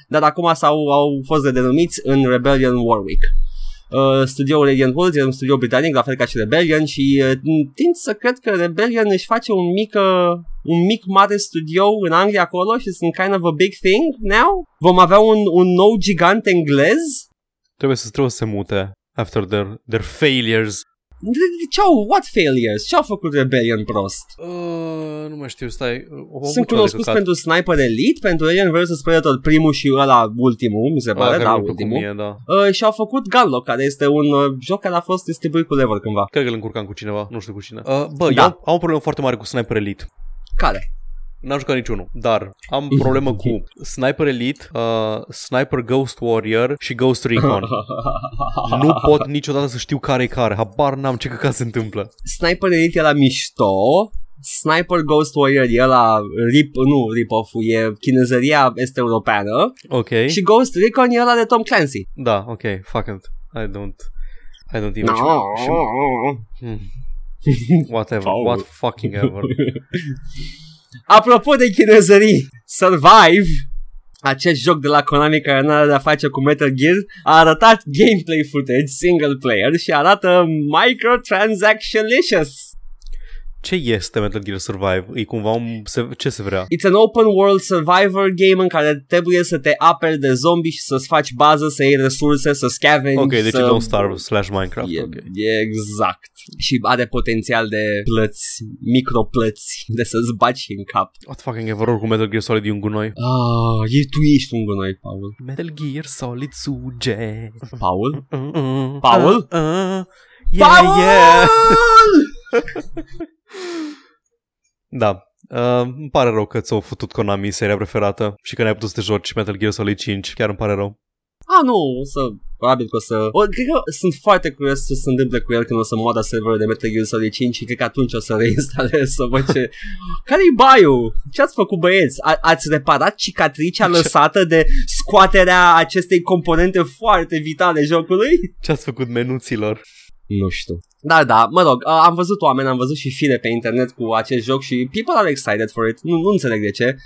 Speaker 1: dar acum s-au au fost redenumiți în Rebellion Warwick. Uh, studioul Radiant Worlds e un studio britanic, la fel ca și Rebellion și uh, tind să cred că Rebellion își face un mic, uh, un mic mare studio în Anglia acolo și sunt kind of a big thing now. Vom avea un, un nou gigant englez
Speaker 2: Trebuie să trebuie să se mute after their, their failures.
Speaker 1: De- de- Ce au, what failures? Ce au făcut Rebellion prost?
Speaker 2: Uh, nu mai știu, stai. O,
Speaker 1: Sunt cunoscuți pentru Sniper Elite, pentru Alien vs. Predator primul și ăla ultimul, mi
Speaker 2: Ah,
Speaker 1: se pare, da, ultimul.
Speaker 2: Mie, da.
Speaker 1: Uh, și au făcut Gunlock, care este un uh, joc care a fost distribuit cu level cândva.
Speaker 2: Cred că îl încurcam cu cineva, nu știu cu cine. Uh, bă,
Speaker 1: Da.
Speaker 2: da. eu am o problemă foarte mare cu Sniper Elite.
Speaker 1: Care?
Speaker 2: N-am jucat niciunul, dar am problemă cu Sniper Elite, uh, Sniper Ghost Warrior și Ghost Recon. nu pot niciodată să știu care e care, habar n-am ce căcat se întâmplă.
Speaker 1: Sniper Elite e la mișto, Sniper Ghost Warrior e la rip, nu rip-off-ul, e chinezăria este europeană
Speaker 2: Ok.
Speaker 1: și Ghost Recon e la de Tom Clancy.
Speaker 2: Da, ok, fuck it. I don't... I don't even...
Speaker 1: No.
Speaker 2: Deci, Și- Hmm. Whatever,
Speaker 1: Paul.
Speaker 2: what fucking ever.
Speaker 1: Apropo de chinezării, Survive, acest joc de la Konami care nu are de-a face cu Metal Gear, a arătat gameplay footage single player și arată microtransaction-licious.
Speaker 2: ce este Metal Gear Survive? E cumva un... Se, ce se vrea?
Speaker 1: It's an open world survivor game în care trebuie să te aperi de zombi și să-ți faci bază, să iei resurse, să scavenge.
Speaker 2: Ok, deci
Speaker 1: să...
Speaker 2: Don't Starve slash Minecraft.
Speaker 1: E,
Speaker 2: ok.
Speaker 1: e exact. Și are potențial de plăți, microplăți, de să-ți baci în cap.
Speaker 2: What the fucking ever cu Metal Gear Solid e un gunoi?
Speaker 1: Ah, e, tu ești un gunoi, Paul.
Speaker 2: Metal Gear Solid suge.
Speaker 1: Paul?
Speaker 2: Paul?
Speaker 1: Paul?
Speaker 2: Uh, uh. Mm. Yeah,
Speaker 1: Paul!
Speaker 2: yeah. Da. Uh, îmi pare rău că ți-au futut Konami seria preferată și că n-ai putut să te joci Metal Gear Solid 5. Chiar îmi pare rău.
Speaker 1: Ah, nu, o să... Probabil că o să... O, cred că sunt foarte curios ce se întâmplă cu el când o să moda serverul de Metal Gear Solid 5 și cred că atunci o să reinstalez să văd ce... Care-i baiul? Ce ați făcut băieți? A- ați reparat cicatricea
Speaker 2: Ce-
Speaker 1: lăsată de scoaterea acestei componente foarte vitale jocului?
Speaker 2: Ce ați făcut menuților?
Speaker 1: Nu știu. Da, da, mă rog, uh, am văzut oameni, am văzut și fire pe internet cu acest joc și people are excited for it, nu, nu înțeleg de ce.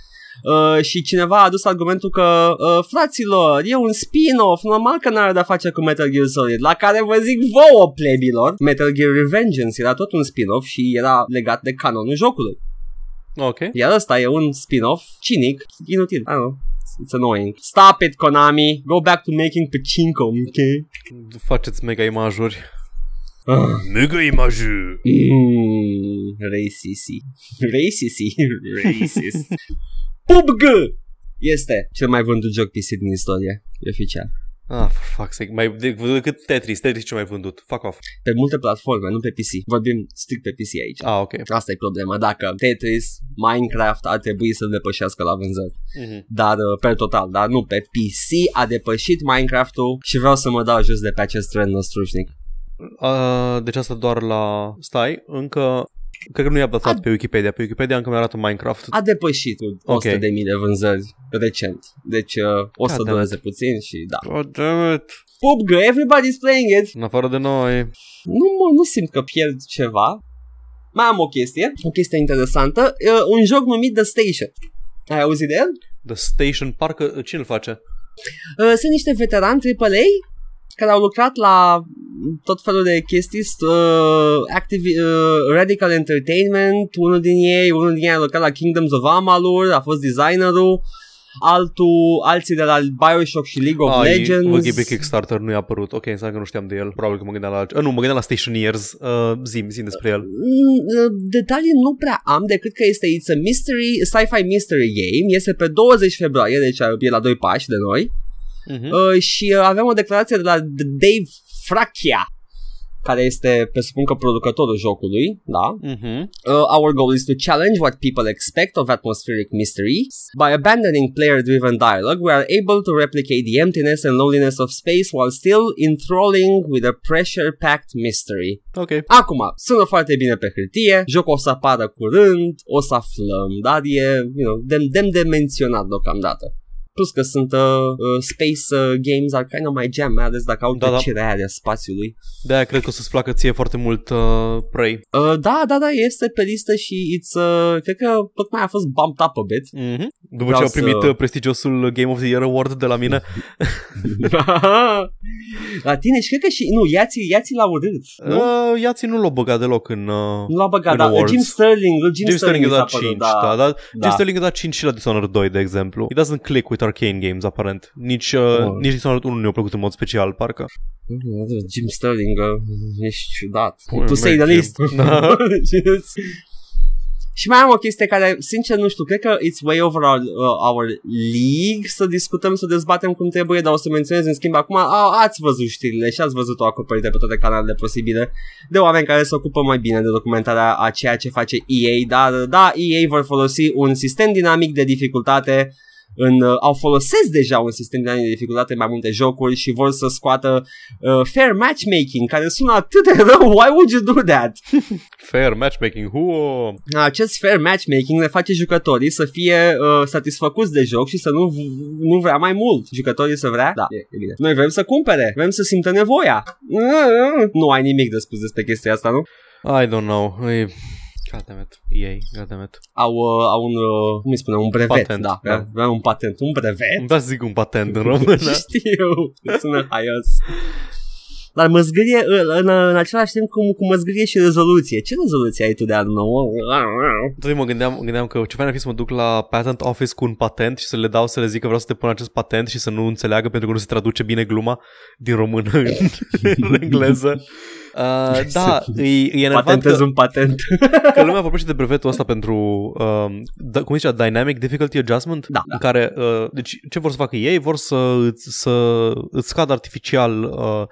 Speaker 1: Uh, și cineva a adus argumentul că, uh, fraților, e un spin-off, normal că n-are de-a face cu Metal Gear Solid, la care vă zic vouă, plebilor, Metal Gear Revengeance era tot un spin-off și era legat de canonul jocului.
Speaker 2: Ok.
Speaker 1: Iar ăsta e un spin-off cinic, inutil, I don't know. It's annoying. Stop it, Konami. Go back to making pachinko, ok?
Speaker 2: Faceți mega imajuri.
Speaker 1: Ah.
Speaker 2: Mega imajuri.
Speaker 1: Mm, racist. Racist. Racist. PUBG este cel mai vândut joc PC din istorie, e oficial.
Speaker 2: Ah, for fuck's sake. Mai de- decât Tetris. Tetris ce mai vândut. Fuck off.
Speaker 1: Pe multe platforme, nu pe PC. Vorbim strict pe PC aici.
Speaker 2: Ah, ok.
Speaker 1: Asta e problema, dacă Tetris, Minecraft ar trebui să depășească la vânzări,
Speaker 2: Mhm.
Speaker 1: dar uh, pe total, dar nu pe PC, a depășit Minecraft-ul și vreau să mă dau jos de pe acest trend năstrușnic.
Speaker 2: Uh, deci asta doar la... Stai, încă... Cred că nu i-a datat
Speaker 1: Ad-
Speaker 2: pe Wikipedia. Pe Wikipedia încă mi arată Minecraft.
Speaker 1: A depășit cu 100.000
Speaker 2: Ok.
Speaker 1: de mii de vânzări recent, deci uh, o să
Speaker 2: Goddamn.
Speaker 1: dureze puțin și da.
Speaker 2: God damn it.
Speaker 1: PUBG, everybody's playing it.
Speaker 2: În afară de noi.
Speaker 1: Nu, mă, nu simt că pierd ceva. Mai am o chestie, o chestie interesantă, uh, un joc numit The Station. Ai auzit de el?
Speaker 2: The Station, parcă... Cine îl face?
Speaker 1: Uh, sunt niște veterani AAA care au lucrat la tot felul de chestii, st- uh, activi- uh, Radical Entertainment, unul din ei, unul din ei a lucrat la Kingdoms of Amalur, a fost designerul, altul, alții de la Bioshock și League of
Speaker 2: e-
Speaker 1: Legends.
Speaker 2: Bă, e pe Kickstarter nu i-a apărut. Ok, înseamnă că nu știam de el. Probabil că mă gândeam la... Ah, nu, mă gândeam la Station Years. Uh, zim, zim despre el.
Speaker 1: Mm, uh, Detalii nu prea am decât că este It's a mystery, sci-fi mystery game Este pe 20 februarie, deci e la doi pași de noi
Speaker 2: Mhm.
Speaker 1: uh, Și uh, avem o declarație de la D- Dave Frachia care este, presupun că, producătorul jocului, da?
Speaker 2: Mhm.
Speaker 1: Uh, our goal is to challenge what people expect of atmospheric mysteries. By abandoning player-driven dialogue, we are able to replicate the emptiness and loneliness of space while still enthralling with a pressure-packed mystery.
Speaker 2: Ok.
Speaker 1: Acum, sună foarte bine pe hârtie, jocul o să apară curând, o să aflăm, dar e, you know, demn dem de menționat deocamdată. Plus că sunt uh, uh, space uh, games are kind of my jam, mai ales dacă au
Speaker 2: Da, da.
Speaker 1: da, tăcerea da. aia de spațiului.
Speaker 2: De-aia cred că o să-ți placă ție foarte mult uh, Prey.
Speaker 1: Uh, da, da, da, este pe listă și it's, uh, cred că tocmai a fost bumped up a bit.
Speaker 2: Mhm. După
Speaker 1: Vreau
Speaker 2: ce au
Speaker 1: să-
Speaker 2: primit uh, prestigiosul Game of the Year Award de la mine,
Speaker 1: la tine și cred că și, nu, ia-ți, ia-ți la urât, nu?
Speaker 2: uh, ia ținut l-a băgat deloc în... Uh,
Speaker 1: Nu l-a băgat,
Speaker 2: în
Speaker 1: da,
Speaker 2: awards.
Speaker 1: Jim Sterling, Jim,
Speaker 2: Jim Sterling a
Speaker 1: i s-a
Speaker 2: dat
Speaker 1: părut,
Speaker 2: 5,
Speaker 1: da,
Speaker 2: da, da.
Speaker 1: da.
Speaker 2: Jim Sterling a dat 5 și la Dishonored 2, de exemplu. It doesn't click with Arcane Games, aparent. Nici, uh,
Speaker 1: Oh.
Speaker 2: nici Dishonored 1 nu i-a plăcut în mod special, parcă.
Speaker 1: Jim Sterling, uh, ești ciudat.
Speaker 2: Pune
Speaker 1: tu say the
Speaker 2: merge.
Speaker 1: least.
Speaker 2: Da.
Speaker 1: Și mai am o chestie care, sincer, nu știu, cred că it's way over our, uh, our league să discutăm, să dezbatem cum trebuie, dar o să menționez în schimb acum, a, ați văzut știrile și ați văzut-o acoperite pe toate canalele posibile de oameni care se ocupă mai bine de documentarea a ceea ce face EA, dar uh, da, EA vor folosi un sistem dinamic de dificultate în, uh, au folosesc deja un sistem dinamic de dificultate în mai multe jocuri și vor să scoată uh, fair matchmaking, care sună atât de rău, why would you do that?
Speaker 2: Fair matchmaking, huo!
Speaker 1: Acest fair matchmaking le face jucătorii să fie uh, satisfăcuți de joc și să nu, nu vrea mai mult. Jucătorii să vrea? Da, e, e bine. Noi vrem să cumpere, vrem să simtă nevoia. Nu ai nimic de spus despre chestia asta, nu?
Speaker 2: I don't know. E... Goddammit. Ei, goddammit.
Speaker 1: Au, uh, au un, uh, cum îi spune, un brevet,
Speaker 2: Patent,
Speaker 1: da.
Speaker 2: da.
Speaker 1: Vreau un patent, un brevet.
Speaker 2: Îmi dați zic un patent în română.
Speaker 1: Știu, sună haios. dar mă zgârie în, în, în același timp cum, cum mă zgârie și rezoluție. Ce rezoluție ai tu de anul nou?
Speaker 2: Tot mă gândeam, mă gândeam că ce fain ar fi să mă duc la patent office cu un patent și să le dau să le zic că vreau să te pun acest patent și să nu înțeleagă pentru că nu se traduce bine gluma din română în, în engleză. Uh, da, e, e enervant
Speaker 1: Patentez
Speaker 2: că,
Speaker 1: un patent.
Speaker 2: că lumea vorbește de brevetul ăsta pentru, um, da, cum zicea, Dynamic Difficulty Adjustment,
Speaker 1: Da,
Speaker 2: în care, uh, deci ce vor să facă ei? Vor să, îți- să îți scadă artificial uh,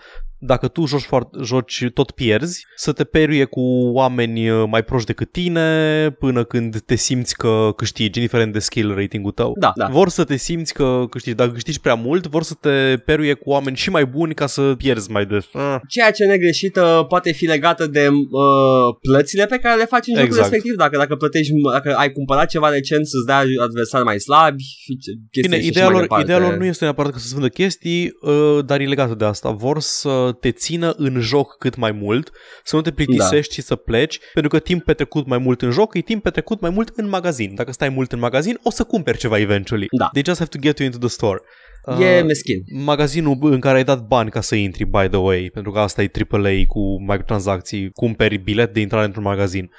Speaker 2: dacă tu joci, foarte, joci tot pierzi, să te peruie cu oameni uh, mai proști decât tine până când te simți că câștigi, indiferent de skill rating-ul tău.
Speaker 1: Da, da.
Speaker 2: Vor să te simți că câștigi. Dacă câștigi prea mult, vor să te peruie cu oameni și mai buni ca să pierzi mai des. Ah.
Speaker 1: Ceea ce negreșită poate fi legată de uh, plățile pe care le faci în jocul
Speaker 2: Exact.
Speaker 1: respectiv. Dacă dacă plătești, dacă ai cumpărat ceva recent, să-ți dea adversari mai slabi și ce- chestii
Speaker 2: Bine,
Speaker 1: și
Speaker 2: ideea
Speaker 1: așa mai
Speaker 2: lor,
Speaker 1: departe.
Speaker 2: ideea lor nu este neapărat că să-ți vândă chestii, uh, dar e legată de asta. Vor să te țină în joc cât mai mult, să nu te plictisești
Speaker 1: Da.
Speaker 2: și să pleci, pentru că timp petrecut mai mult în joc e timp petrecut mai mult în magazin. Dacă stai mult în magazin, o să cumperi ceva eventually.
Speaker 1: Da.
Speaker 2: They just have to get you into the store. Uh,
Speaker 1: E meschin.
Speaker 2: magazinul în care ai dat bani ca să intri, by the way, pentru că asta e AAA cu microtransacții, cumperi bilet de intrare într-un magazin.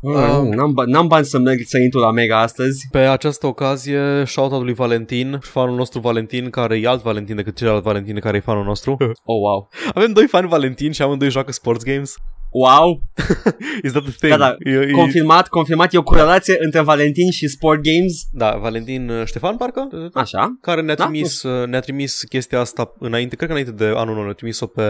Speaker 1: Uh, n-am, ba- n-am bani să merg să intru la Mega astăzi.
Speaker 2: Pe această ocazie, shout-out lui Valentin, fanul nostru Valentin, care e alt Valentin decât celălalt Valentin care e fanul nostru.
Speaker 1: Oh, wow.
Speaker 2: Avem doi fani Valentin și amândoi joacă sports games.
Speaker 1: Wow,
Speaker 2: Is that the thing?
Speaker 1: Da, da.
Speaker 2: E, e...
Speaker 1: confirmat, confirmat. E o corelație între Valentin și Sport Games.
Speaker 2: da, Valentin uh, Ștefan, parcă?
Speaker 1: Așa.
Speaker 2: Care ne-a
Speaker 1: Da?
Speaker 2: trimis, uh, ne-a trimis chestia asta înainte, cred că înainte de anul nou, ne-a trimis-o pe,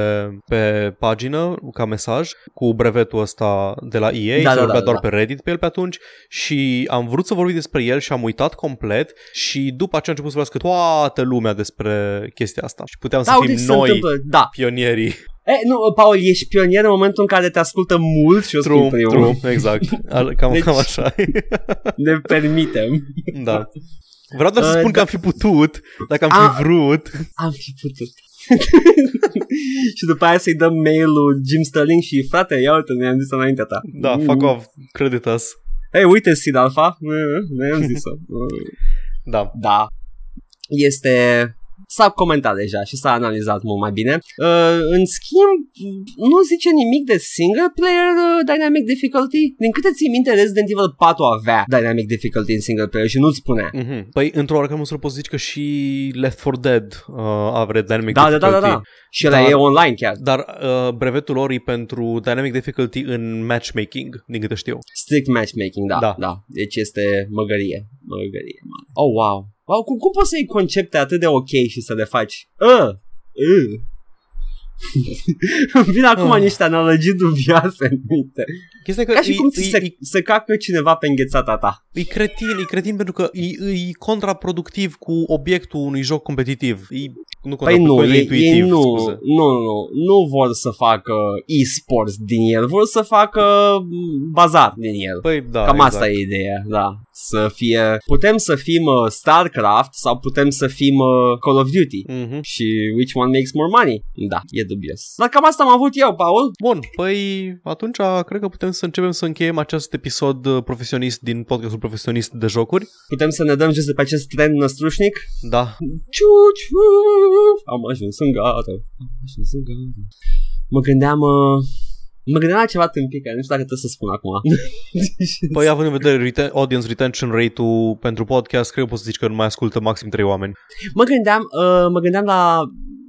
Speaker 2: pe pagină ca mesaj cu brevetul ăsta de la EA,
Speaker 1: Da,
Speaker 2: se
Speaker 1: da,
Speaker 2: vorbea
Speaker 1: da,
Speaker 2: doar
Speaker 1: da.
Speaker 2: pe Reddit pe el pe atunci și am vrut să vorbim despre el și am uitat complet și după aceea a început să vorbească toată lumea despre chestia asta și puteam
Speaker 1: Da,
Speaker 2: să
Speaker 1: uite
Speaker 2: fim
Speaker 1: ce se
Speaker 2: noi
Speaker 1: întâmplă. Da.
Speaker 2: pionierii.
Speaker 1: E, nu, Paul, ești pionier în momentul în care te ascultă mult și o să fii
Speaker 2: True,
Speaker 1: primul.
Speaker 2: true, exact. A- Cam,
Speaker 1: Deci-
Speaker 2: cam așa.
Speaker 1: Ne permitem.
Speaker 2: Da. Vreau doar să
Speaker 1: Uh,
Speaker 2: spun
Speaker 1: da.
Speaker 2: că am fi putut, dacă am
Speaker 1: A-
Speaker 2: fi vrut.
Speaker 1: Am fi putut. și după aia să-i dăm mail-ul Jim Sterling și frate, ia uite, ne-am zis înaintea ta. Uh.
Speaker 2: Da, fuck off, credit us.
Speaker 1: Ei, uite Sid Alpha, Mm, ne-am zis-o. Mm.
Speaker 2: Da.
Speaker 1: da, este... S-a comentat deja și s-a analizat mult mai bine. Uh, în schimb, nu zice nimic de single player uh, dynamic difficulty. Din câte ții minte, Resident Evil 4 avea dynamic difficulty în single player și nu-ți spunea.
Speaker 2: Mm-hmm. Păi, într-o oarecare măsură poți zice că și Left 4 Dead uh, avea Dynamic
Speaker 1: Da, da, da,
Speaker 2: Difficulty.
Speaker 1: da, da. Și ăla
Speaker 2: Dar-
Speaker 1: e online chiar.
Speaker 2: Dar uh, brevetul lor e pentru Dynamic Difficulty în matchmaking, din câte știu.
Speaker 1: Strict matchmaking, da,
Speaker 2: Da.
Speaker 1: da. da. Deci este măgărie. Măgărie mare. Oh, wow. Wow, cum, cum poți să iei concepte atât de ok și să le faci? Uh, uh. Îmi vin acum
Speaker 2: Ah.
Speaker 1: niște analogii dubioase în minte.
Speaker 2: Chestia e că
Speaker 1: Ca și
Speaker 2: e-
Speaker 1: cum ți
Speaker 2: e,
Speaker 1: se, se cacă cineva pe înghețata ta.
Speaker 2: e, e, cretin, e cretin pentru că e, e contraproductiv cu obiectul unui joc competitiv. E, nu
Speaker 1: Păi nu,
Speaker 2: contraproductiv,
Speaker 1: ei, ei
Speaker 2: intuitiv,
Speaker 1: nu,
Speaker 2: scuze.
Speaker 1: nu, nu, nu vor să facă e-sports din el, vor să facă m, bazar din el.
Speaker 2: Păi, da,
Speaker 1: Cam
Speaker 2: exact.
Speaker 1: asta e ideea, da. Să fie... Putem să fim uh, StarCraft sau putem să fim uh, Call of Duty.
Speaker 2: Mm-hmm.
Speaker 1: Și which one makes more money? Da, e dubios. Dar cam asta am avut eu, Paul.
Speaker 2: Bun, păi atunci cred că putem să începem să încheiem acest episod uh, profesionist din podcastul profesionist de jocuri.
Speaker 1: Putem să ne dăm jos de pe acest tren năstrușnic?
Speaker 2: Da,
Speaker 1: Ciu, ciu. Am ajuns în gata. Am ajuns în gata. Mă gândeam... Uh... Mă gândeam la ceva tâmpit, care nu știu dacă trebuie să spun acum.
Speaker 2: păi având în vedere reten- audience retention rate-ul pentru podcast, cred că poți să zici că nu mai ascultă maxim 3 oameni.
Speaker 1: Mă gândeam, uh, mă gândeam la...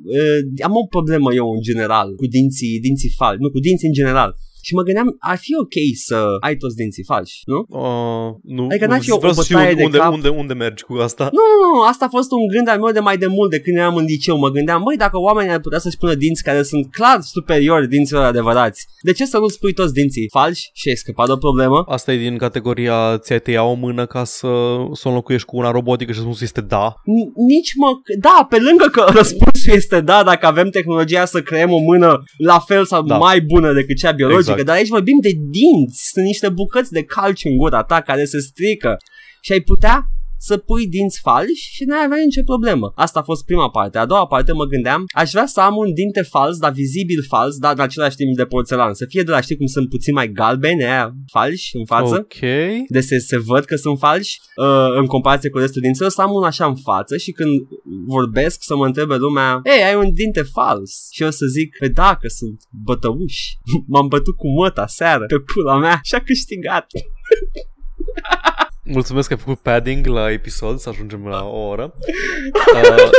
Speaker 1: Uh, am o problemă eu în general cu dinții, dinții falși, nu, cu dinții în general. Și mă gândeam, ar fi ok să ai toți dinții falși, nu?
Speaker 2: Uh, nu,
Speaker 1: Adică n-ar fi o-
Speaker 2: vreau
Speaker 1: o
Speaker 2: să știu
Speaker 1: bătaie
Speaker 2: unde,
Speaker 1: de
Speaker 2: unde,
Speaker 1: cap.
Speaker 2: unde, unde mergi cu asta.
Speaker 1: Nu, nu, nu, asta a fost un gând al meu de mai de mult de când eram în liceu. Mă gândeam, măi, dacă oamenii ar putea să-și pună dinți care sunt clar superiori dinților adevărați, de ce să nu spui toți dinții falși și ai scăpat de o problemă?
Speaker 2: Asta e din categoria ți-ai tăia o mână ca să, să o înlocuiești cu una robotică și răspunsul este da.
Speaker 1: N- Nici mă... Da, pe lângă că răspunsul este da, dacă avem tehnologia să creăm o mână la fel sau
Speaker 2: Da.
Speaker 1: da. mai bună decât cea biologică,
Speaker 2: Exact.
Speaker 1: exact. dar aici vorbim de dinți, sunt niște bucăți de calci în gura ta care se strică și ai putea să pui dinți falși și n-ai avea nicio problemă. Asta a fost prima parte. A doua parte mă gândeam, aș vrea să am un dinte fals, dar vizibil fals, dar în același timp de porțelan. Să fie de la știi cum sunt puțin mai galbene, aia falși în față.
Speaker 2: Ok.
Speaker 1: De se, se văd că sunt falși uh, în comparație cu restul dinților, să am un așa în față și când vorbesc să mă întrebe lumea, ei, ai un dinte fals. Și eu să zic, pe da, că sunt bătăuși. M-am bătut cu măta seară pe pula mea și a câștigat.
Speaker 2: Mulțumesc că ai făcut padding la episod, să ajungem la o oră. Uh,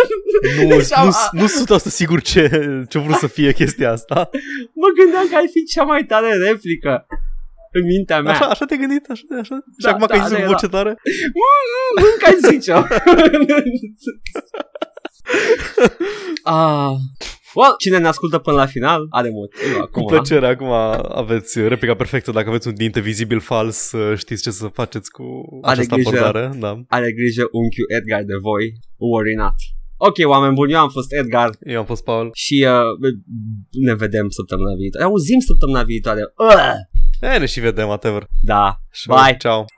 Speaker 2: nu,
Speaker 1: Sau-
Speaker 2: nu, nu sunt asta sigur ce, ce vrut să fie chestia asta.
Speaker 1: Mă gândeam că ai fi cea mai tare replică în mintea mea.
Speaker 2: Așa, așa te-ai gândit? Așa, așa? și
Speaker 1: Da,
Speaker 2: acum că
Speaker 1: da,
Speaker 2: ai zis
Speaker 1: da,
Speaker 2: în voce tare?
Speaker 1: Mm, mm, Încă ai zice-o. ah. Well, cine ne ascultă până la final are motiv
Speaker 2: Cu
Speaker 1: acum.
Speaker 2: plăcere, acum aveți replica perfectă. Dacă aveți un dinte vizibil fals, uh, știți ce să faceți cu
Speaker 1: Are
Speaker 2: această
Speaker 1: grijă.
Speaker 2: abordare. Da.
Speaker 1: Are grijă unchiul Edgar de voi, worry not. Ok, oameni buni, eu am fost Edgar
Speaker 2: Eu am fost Paul.
Speaker 1: și uh, ne vedem săptămâna viitoare. Auzim săptămâna viitoare. Uh!
Speaker 2: E, ne și vedem, whatever.
Speaker 1: Da.
Speaker 2: Și
Speaker 1: Bye.
Speaker 2: Ciao.